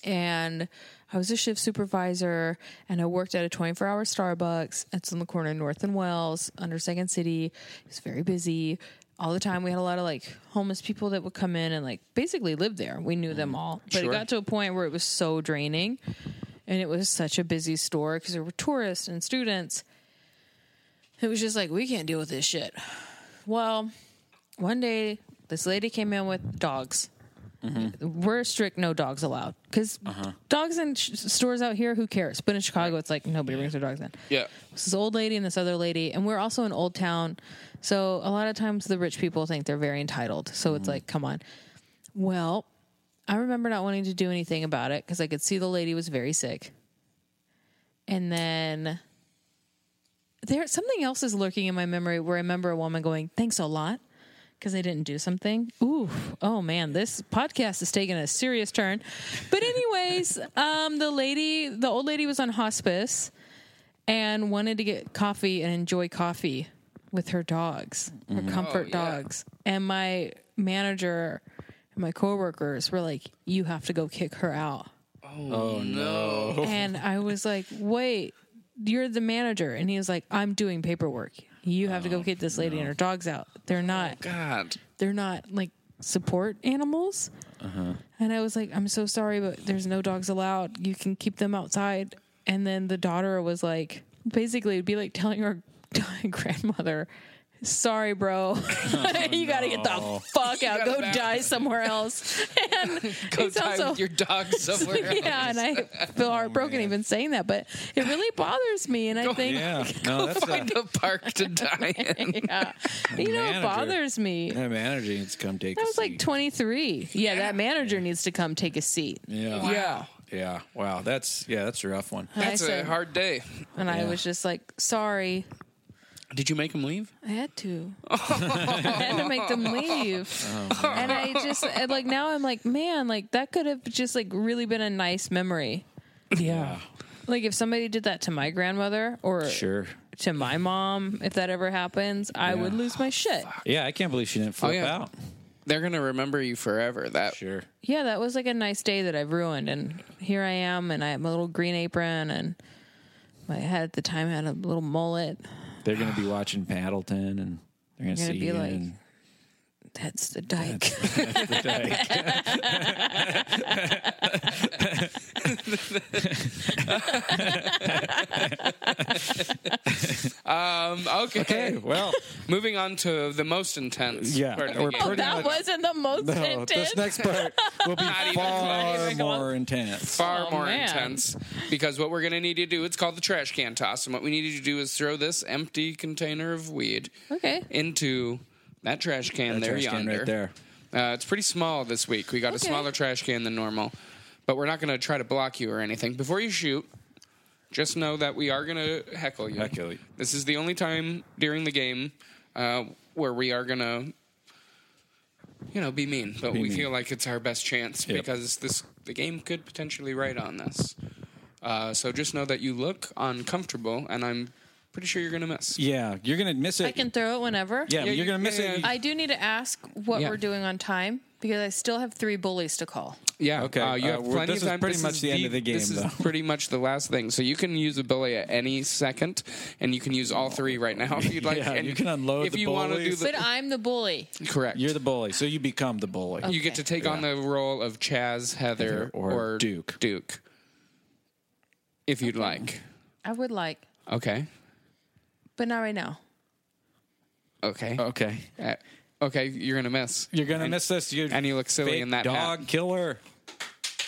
Speaker 4: and I was a shift supervisor, and I worked at a 24-hour Starbucks. It's on the corner of North and Wells, under Second City. It was very busy. All the time, we had a lot of like homeless people that would come in and like basically live there. We knew them all, but
Speaker 2: Sure.
Speaker 4: it got to a point where it was so draining and it was such a busy store because there were tourists and students. It was just like we can't deal with this shit. Well, one day this lady came in with dogs. We're strict, no dogs allowed. Because dogs in sh- stores out here, who cares? But in Chicago, it's like nobody brings their dogs in.
Speaker 2: Yeah.
Speaker 4: It's this old lady and this other lady, and we're also in Old Town, so a lot of times the rich people think they're very entitled. So it's like, come on. Well, I remember not wanting to do anything about it because I could see the lady was very sick. And then there something else is lurking in my memory where I remember a woman going, "Thanks a lot." Because I didn't do something. Ooh, oh man, this podcast is taking a serious turn. But anyways, um, the lady, the old lady was on hospice and wanted to get coffee and enjoy coffee with her dogs, her comfort
Speaker 2: yeah.
Speaker 4: dogs. And my manager and my coworkers were like, "You have to go kick her out." Oh, no! And I was like, "Wait, you're the manager?" And he was like, "I'm doing paperwork. You have to go get this lady and her dogs out. They're not.
Speaker 2: God.
Speaker 4: they're not like support animals."
Speaker 3: Uh-huh.
Speaker 4: And I was like, "I'm so sorry, but there's no dogs allowed. You can keep them outside." And then the daughter was like, basically, it'd be like telling her dying grandmother. Sorry, bro. you gotta get the fuck
Speaker 2: gotta
Speaker 4: out. Go
Speaker 2: back-
Speaker 4: die somewhere else. And
Speaker 2: Go
Speaker 4: it's
Speaker 2: die
Speaker 4: also
Speaker 2: with your dog somewhere. else.
Speaker 4: yeah, and I
Speaker 3: Oh,
Speaker 4: feel heartbroken even saying that, but it really bothers me. And I think, yeah,
Speaker 3: yeah, no, that's uh,
Speaker 2: Find a park to die in.
Speaker 4: you know,
Speaker 3: Manager.
Speaker 4: it bothers me.
Speaker 3: that manager needs to come take.
Speaker 4: I
Speaker 3: a
Speaker 4: was like
Speaker 3: seat.
Speaker 4: 23. Yeah, that manager needs to come take a seat.
Speaker 3: yeah,
Speaker 2: Yeah.
Speaker 3: yeah. Wow, that's yeah, that's a rough one.
Speaker 4: And I
Speaker 2: That's a
Speaker 4: said-
Speaker 2: hard day.
Speaker 4: And I
Speaker 3: Yeah.
Speaker 4: was just like, sorry,
Speaker 2: Did you make him leave?
Speaker 4: I had to. I had to make them leave.
Speaker 3: Oh,
Speaker 4: and I just I, like now I'm like, man, like that could have just like really been a nice memory.
Speaker 2: Yeah.
Speaker 4: Like if somebody did that to my grandmother or
Speaker 3: Sure.
Speaker 4: to my mom, if that ever happens, I would lose my shit.
Speaker 3: Yeah, I can't believe she didn't
Speaker 4: Oh,
Speaker 3: flip
Speaker 2: yeah.
Speaker 3: out.
Speaker 2: They're gonna remember you forever. That
Speaker 3: Sure.
Speaker 4: yeah, that was like a nice day that I've ruined, and here I am, and I have my little green apron, and my head at the time had a little mullet.
Speaker 3: They're going to be watching Paddleton and they're going to
Speaker 4: You're
Speaker 3: see
Speaker 4: gonna be
Speaker 3: you
Speaker 4: like-
Speaker 3: and
Speaker 4: That's the dike.
Speaker 2: Um, Okay.
Speaker 3: Okay, well,
Speaker 2: Moving on to the most intense.
Speaker 3: Yeah,
Speaker 2: part of the
Speaker 3: we're
Speaker 2: game.
Speaker 3: pretty-
Speaker 4: Oh,
Speaker 5: that
Speaker 3: much-
Speaker 5: wasn't the most
Speaker 3: no,
Speaker 5: intense.
Speaker 3: this next part will be
Speaker 2: even
Speaker 3: far
Speaker 2: close.
Speaker 3: more intense.
Speaker 2: far
Speaker 4: Oh,
Speaker 2: more
Speaker 4: man.
Speaker 2: intense because what we're going to need to do it's called the trash can toss and what we need to do is throw this empty container of weed
Speaker 4: Okay.
Speaker 2: into that trash can
Speaker 3: That
Speaker 2: there
Speaker 3: trash can
Speaker 2: yonder
Speaker 3: right there.
Speaker 2: Uh, it's pretty small this week we got a
Speaker 4: Okay.
Speaker 2: smaller trash can than normal but we're not going to try to block you or anything before you shoot just know that we are going to heckle you
Speaker 3: Heckle you.
Speaker 2: this is the only time during the game uh, where we are going to you know, be mean, but we
Speaker 3: mean.
Speaker 2: feel like it's our best chance
Speaker 3: Yep.
Speaker 2: because this the game could potentially write on this. Uh, so just know that you look uncomfortable, and I'm pretty sure you're gonna miss.
Speaker 3: Yeah, you're gonna miss it.
Speaker 4: I can throw it whenever.
Speaker 3: yeah,
Speaker 2: Yeah,
Speaker 3: you're gonna miss
Speaker 2: yeah,
Speaker 3: it.
Speaker 2: yeah.
Speaker 4: I do need to ask what
Speaker 2: Yeah.
Speaker 4: we're doing on time because I still have three bullies to call.
Speaker 2: Yeah.
Speaker 3: Okay,
Speaker 2: Uh, you
Speaker 3: uh,
Speaker 2: have
Speaker 3: we're-
Speaker 2: plenty
Speaker 3: this
Speaker 2: of
Speaker 3: is
Speaker 2: time.
Speaker 3: pretty
Speaker 2: This
Speaker 3: much
Speaker 2: is
Speaker 3: the end of the game,
Speaker 2: This is
Speaker 3: though.
Speaker 2: pretty much the last thing. So you can use a bully at any second, and you can use all three right now if you'd like.
Speaker 3: Yeah,
Speaker 2: and
Speaker 3: you can unload
Speaker 2: if
Speaker 3: the
Speaker 2: you want to do
Speaker 3: bullies.
Speaker 2: the
Speaker 4: But uh, I'm the bully.
Speaker 2: correct.
Speaker 3: You're the bully, so you become the bully.
Speaker 2: you get to take on the role of Chaz, Heather,
Speaker 3: Heather, or Duke.
Speaker 2: Duke, if you'd like.
Speaker 4: I would like,
Speaker 2: Okay.
Speaker 4: but not right now.
Speaker 2: Okay.
Speaker 3: Okay,
Speaker 2: Uh, okay, you're gonna miss.
Speaker 3: you're gonna miss this. You
Speaker 2: and you look silly
Speaker 3: fake
Speaker 2: in that
Speaker 3: dog
Speaker 2: hat.
Speaker 3: killer.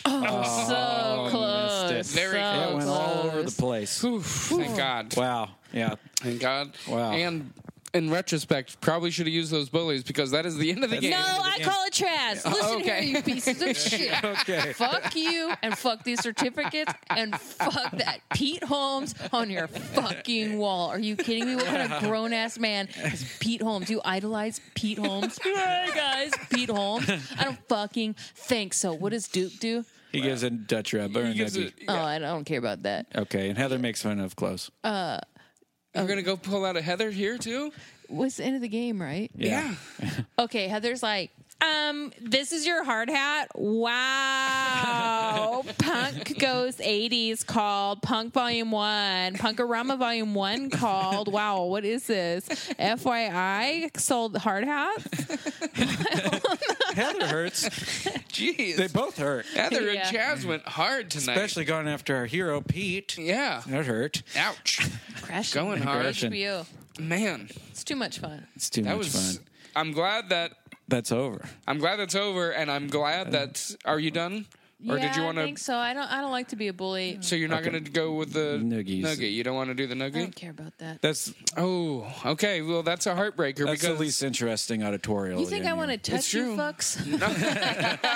Speaker 4: so close.
Speaker 3: Missed it.
Speaker 2: Very
Speaker 4: so
Speaker 3: It went all over the place.
Speaker 2: Oof, thank God.
Speaker 3: Wow. Yeah.
Speaker 2: Thank God.
Speaker 3: Wow.
Speaker 2: And in retrospect, probably should have used those bullies because that is the end of the game.
Speaker 4: No, I call it trash. Listen
Speaker 2: okay.
Speaker 4: here, you pieces of shit.
Speaker 3: Okay.
Speaker 4: Fuck you and fuck these certificates and fuck that Pete Holmes on your fucking wall. Are you kidding me? What kind of grown ass man is Pete Holmes? You idolize Pete Holmes? hey guys, Pete Holmes. I don't fucking think so. What does Duke do?
Speaker 3: He gives a Dutch rub or
Speaker 2: He
Speaker 3: an
Speaker 2: gives
Speaker 3: Dougie.
Speaker 2: it-
Speaker 4: Oh, I don't I don't care about that.
Speaker 3: Okay, and Heather makes fun of clothes.
Speaker 2: You're gonna go pull out a Heather here too?
Speaker 4: What's the end of the game, right?
Speaker 3: yeah.
Speaker 4: Okay, Heather's like, um, this is your hard hat. Wow. Punk goes 80s called Punk Volume 1. Punkorama Volume 1 called. Wow, what is this? FYI sold hard hats?
Speaker 3: Heather hurts.
Speaker 2: Jeez.
Speaker 3: They both hurt.
Speaker 2: Heather
Speaker 4: Yeah.
Speaker 2: and Chaz went hard tonight.
Speaker 3: Especially going after our hero Pete.
Speaker 2: Yeah.
Speaker 3: That hurt.
Speaker 2: Ouch.
Speaker 4: Crash.
Speaker 2: Going hard.
Speaker 3: Aggression.
Speaker 4: HBO.
Speaker 2: Man.
Speaker 4: It's too much fun.
Speaker 3: It's too
Speaker 2: That
Speaker 3: much
Speaker 2: was
Speaker 3: fun.
Speaker 2: I'm glad that
Speaker 3: That's over.
Speaker 2: I'm glad that's over and I'm
Speaker 3: Uh,
Speaker 2: glad that are you done? Or
Speaker 4: yeah,
Speaker 2: did you Mm. want
Speaker 4: I
Speaker 2: to
Speaker 4: think so. I don't I don't like to be a bully.
Speaker 2: so you're not gonna go with the
Speaker 3: Noogies.
Speaker 2: Noogie. You don't want to do the
Speaker 4: I
Speaker 2: noogie?
Speaker 4: don't care about that.
Speaker 3: That's
Speaker 2: Oh, okay. Well that's a heartbreaker
Speaker 3: that's
Speaker 2: because
Speaker 3: the least interesting auditorial.
Speaker 2: Oh,
Speaker 4: You think I want to
Speaker 3: to?
Speaker 4: touch
Speaker 2: true.
Speaker 4: you fucks?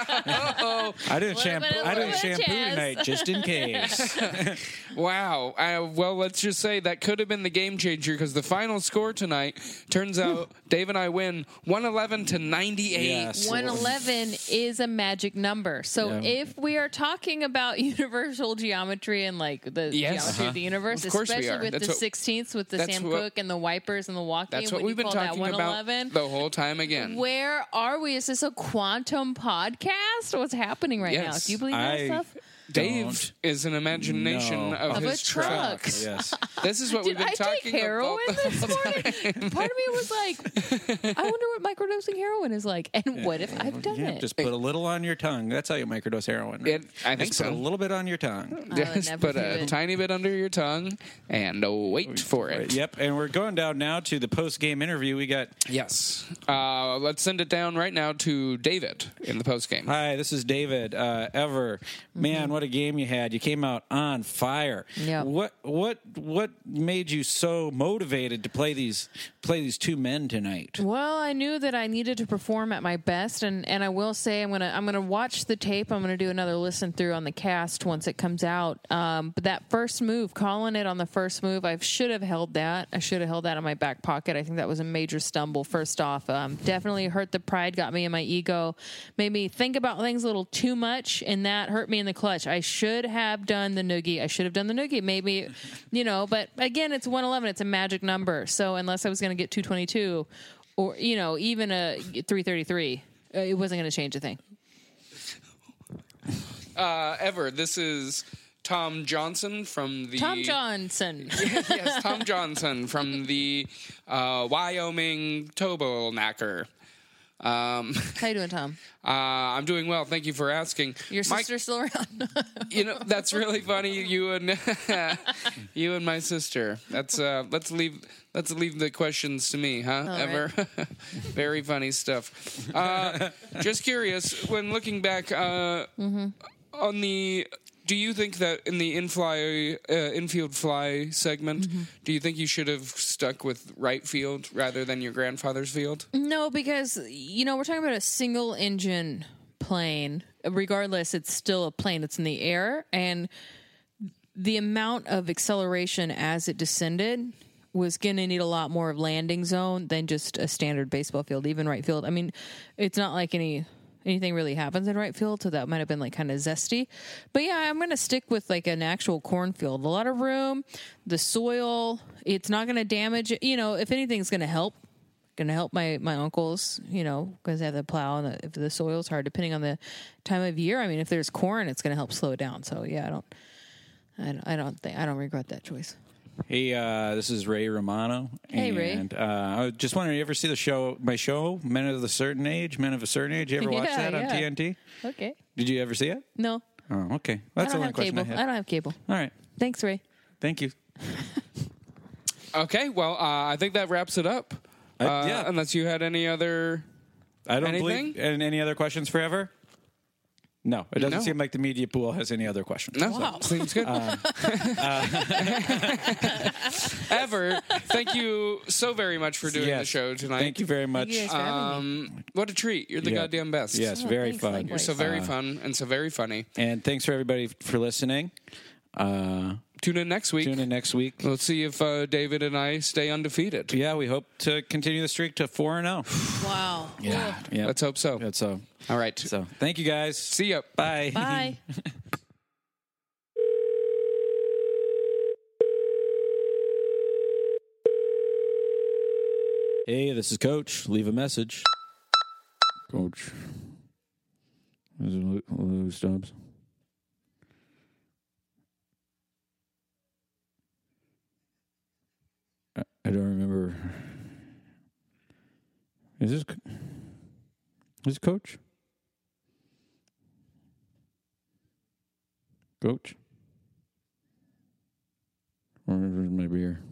Speaker 3: I didn't
Speaker 4: Little bit
Speaker 3: shampoo.
Speaker 4: of-
Speaker 3: I didn't
Speaker 4: little bit of
Speaker 3: shampoo
Speaker 4: jazz.
Speaker 3: tonight, just in case.
Speaker 2: Wow. Uh, well, let's just say that could have been the game changer because the final score tonight turns out Dave and I win 111 to 98.
Speaker 3: Yes.
Speaker 4: 111 is a magic number. So
Speaker 3: Yeah.
Speaker 4: if we are talking about universal geometry and like the
Speaker 2: Yes. Uh-huh.
Speaker 4: geometry of the universe,
Speaker 2: Of course we
Speaker 4: especially
Speaker 2: are.
Speaker 4: with
Speaker 2: That's
Speaker 4: the
Speaker 2: what-
Speaker 4: 16ths with the
Speaker 2: that's
Speaker 4: Sam
Speaker 2: what-
Speaker 4: Cooke and the wipers and the walking,
Speaker 2: That's what
Speaker 4: wouldn't
Speaker 2: we've
Speaker 4: you
Speaker 2: been
Speaker 4: call
Speaker 2: talking
Speaker 4: that
Speaker 2: about
Speaker 4: 111?
Speaker 2: the whole time again.
Speaker 4: Where are we? Is this a quantum podcast? What's happening right now?
Speaker 2: Yes.
Speaker 4: Do you believe in that
Speaker 3: I
Speaker 4: stuff?
Speaker 2: Dave
Speaker 3: don't.
Speaker 2: is an imagination
Speaker 3: No.
Speaker 2: of,
Speaker 4: Of
Speaker 2: his
Speaker 4: a truck.
Speaker 3: yes.
Speaker 2: This is what
Speaker 4: Did
Speaker 2: we've been
Speaker 4: I
Speaker 2: talking
Speaker 4: take heroin
Speaker 2: about.
Speaker 4: this morning? Part of me was like, I wonder what microdosing heroin is like, and what if I've done
Speaker 3: Yeah,
Speaker 4: it?
Speaker 3: just put a little on your tongue. That's how you microdose heroin.
Speaker 2: It- I think
Speaker 3: just put
Speaker 2: so.
Speaker 3: a little bit on your tongue.
Speaker 4: would
Speaker 2: Just
Speaker 4: never
Speaker 2: put
Speaker 4: do
Speaker 2: a
Speaker 4: it.
Speaker 2: tiny bit under your tongue and wait for it.
Speaker 3: Yep, and we're going down now to the post-game interview. We got
Speaker 2: Yes. Uh, let's send it down right now to David in the postgame.
Speaker 3: Hi, this is David. Uh, Ever, man, what a game you had! You came out on fire.
Speaker 4: Yeah.
Speaker 3: What what what made you so motivated to play these play these two men tonight?
Speaker 4: Well, I knew that I needed to perform at my best, and, and I will say I'm gonna I'm gonna watch the tape. I'm gonna do another listen through on the cast once it comes out. Um, but that first move, calling it on the first move, I should have held that. I should have held that in my back pocket. I think that was a major stumble. First off, um, definitely hurt the pride, got me in my ego, made me think about things a little too much, and that hurt me in the clutch. I should have done the noogie. I should have done the noogie. Maybe, you know. But again, it's 111. It's a magic number. So unless I was gonna get 222 or you know even a 333 uh, it wasn't going to change a thing
Speaker 2: Uh, Ever, this is Tom Johnson from the
Speaker 4: tom johnson
Speaker 2: yes, Tom Johnson from the uh, Wyoming Tobo Knacker. Um,
Speaker 4: How you doing, Tom?
Speaker 2: uh, I'm doing well. Thank you for asking.
Speaker 4: Your
Speaker 2: My-
Speaker 4: sister's still around?
Speaker 2: you know that's really funny you and you and my sister that's uh let's leave let's leave the questions to me huh
Speaker 4: right.
Speaker 2: ever very funny stuff uh just curious when looking back uh
Speaker 4: Mm-hmm.
Speaker 2: on the do you think that in the in fly uh, infield fly segment
Speaker 4: Mm-hmm.
Speaker 2: do you think you should have stuck with right field rather than your grandfather's field
Speaker 4: No, because you know we're talking about a single engine plane. Regardless, it's still a plane that's in the air, and the amount of acceleration as it descended was going to need a lot more of landing zone than just a standard baseball field, even right field. I mean, it's not like any anything really happens in right field, so that might have been like kind of zesty. But yeah, I'm going to stick with like an actual cornfield. A lot of room, the soil. It's not going to damage. it. You know, if anything's going to help going to help my my uncles, you know, because they have the plow and the, if the soil's hard, depending on the time of year. I mean, if there's corn, it's going to help slow it down. So yeah, I don't, I don't, I don't think I don't regret that choice.
Speaker 3: Hey, uh, this is Ray Romano.
Speaker 4: Hey, Ray.
Speaker 3: And, uh, I was just wondering, you ever see the show, my show, Men of a Certain Age? Men of a Certain Age? You ever watch
Speaker 4: Yeah,
Speaker 3: that on
Speaker 4: yeah.
Speaker 3: TNT?
Speaker 4: Okay,
Speaker 3: Did you ever see it?
Speaker 4: no,
Speaker 3: Oh, okay. That's
Speaker 4: I
Speaker 3: the only
Speaker 4: don't have
Speaker 3: question
Speaker 4: cable.
Speaker 3: I
Speaker 4: I,
Speaker 3: had.
Speaker 4: don't have cable.
Speaker 3: All right.
Speaker 4: Thanks, Ray.
Speaker 3: Thank you.
Speaker 2: okay well uh, i think that wraps it up
Speaker 3: I-
Speaker 2: uh,
Speaker 3: yeah.
Speaker 2: unless you had any other
Speaker 3: I don't
Speaker 2: Anything?
Speaker 3: believe. And any other questions forever? No, it doesn't
Speaker 2: No.
Speaker 3: seem like the media pool has any other questions.
Speaker 2: No, seems good.
Speaker 3: Um,
Speaker 2: Ever, thank you so very much for doing the
Speaker 3: Yes.
Speaker 2: show tonight.
Speaker 3: Thank you very much.
Speaker 4: Thank you guys for having me.
Speaker 2: Um, what a treat! You're the
Speaker 3: Yeah.
Speaker 2: goddamn best.
Speaker 3: Yes, Uh,
Speaker 4: Oh,
Speaker 3: very
Speaker 4: thanks,
Speaker 3: fun.
Speaker 4: likewise.
Speaker 2: so very fun and so very funny.
Speaker 3: And thanks for everybody for listening. Uh,
Speaker 2: Tune in next week.
Speaker 3: tune in next week.
Speaker 2: We'll see if uh, David and I stay undefeated.
Speaker 3: Yeah, we hope to continue the streak to 4 and oh. 0.
Speaker 4: Wow.
Speaker 3: Yeah. yeah.
Speaker 2: Let's hope so.
Speaker 3: That's so.
Speaker 2: All right.
Speaker 3: So, thank you guys.
Speaker 2: see ya.
Speaker 3: Bye.
Speaker 4: Bye.
Speaker 1: Hey, this is Coach. Leave a message. Coach. Is it Lou Stubbs? I I don't remember. Is this c- is this coach? Coach? Or is my beer?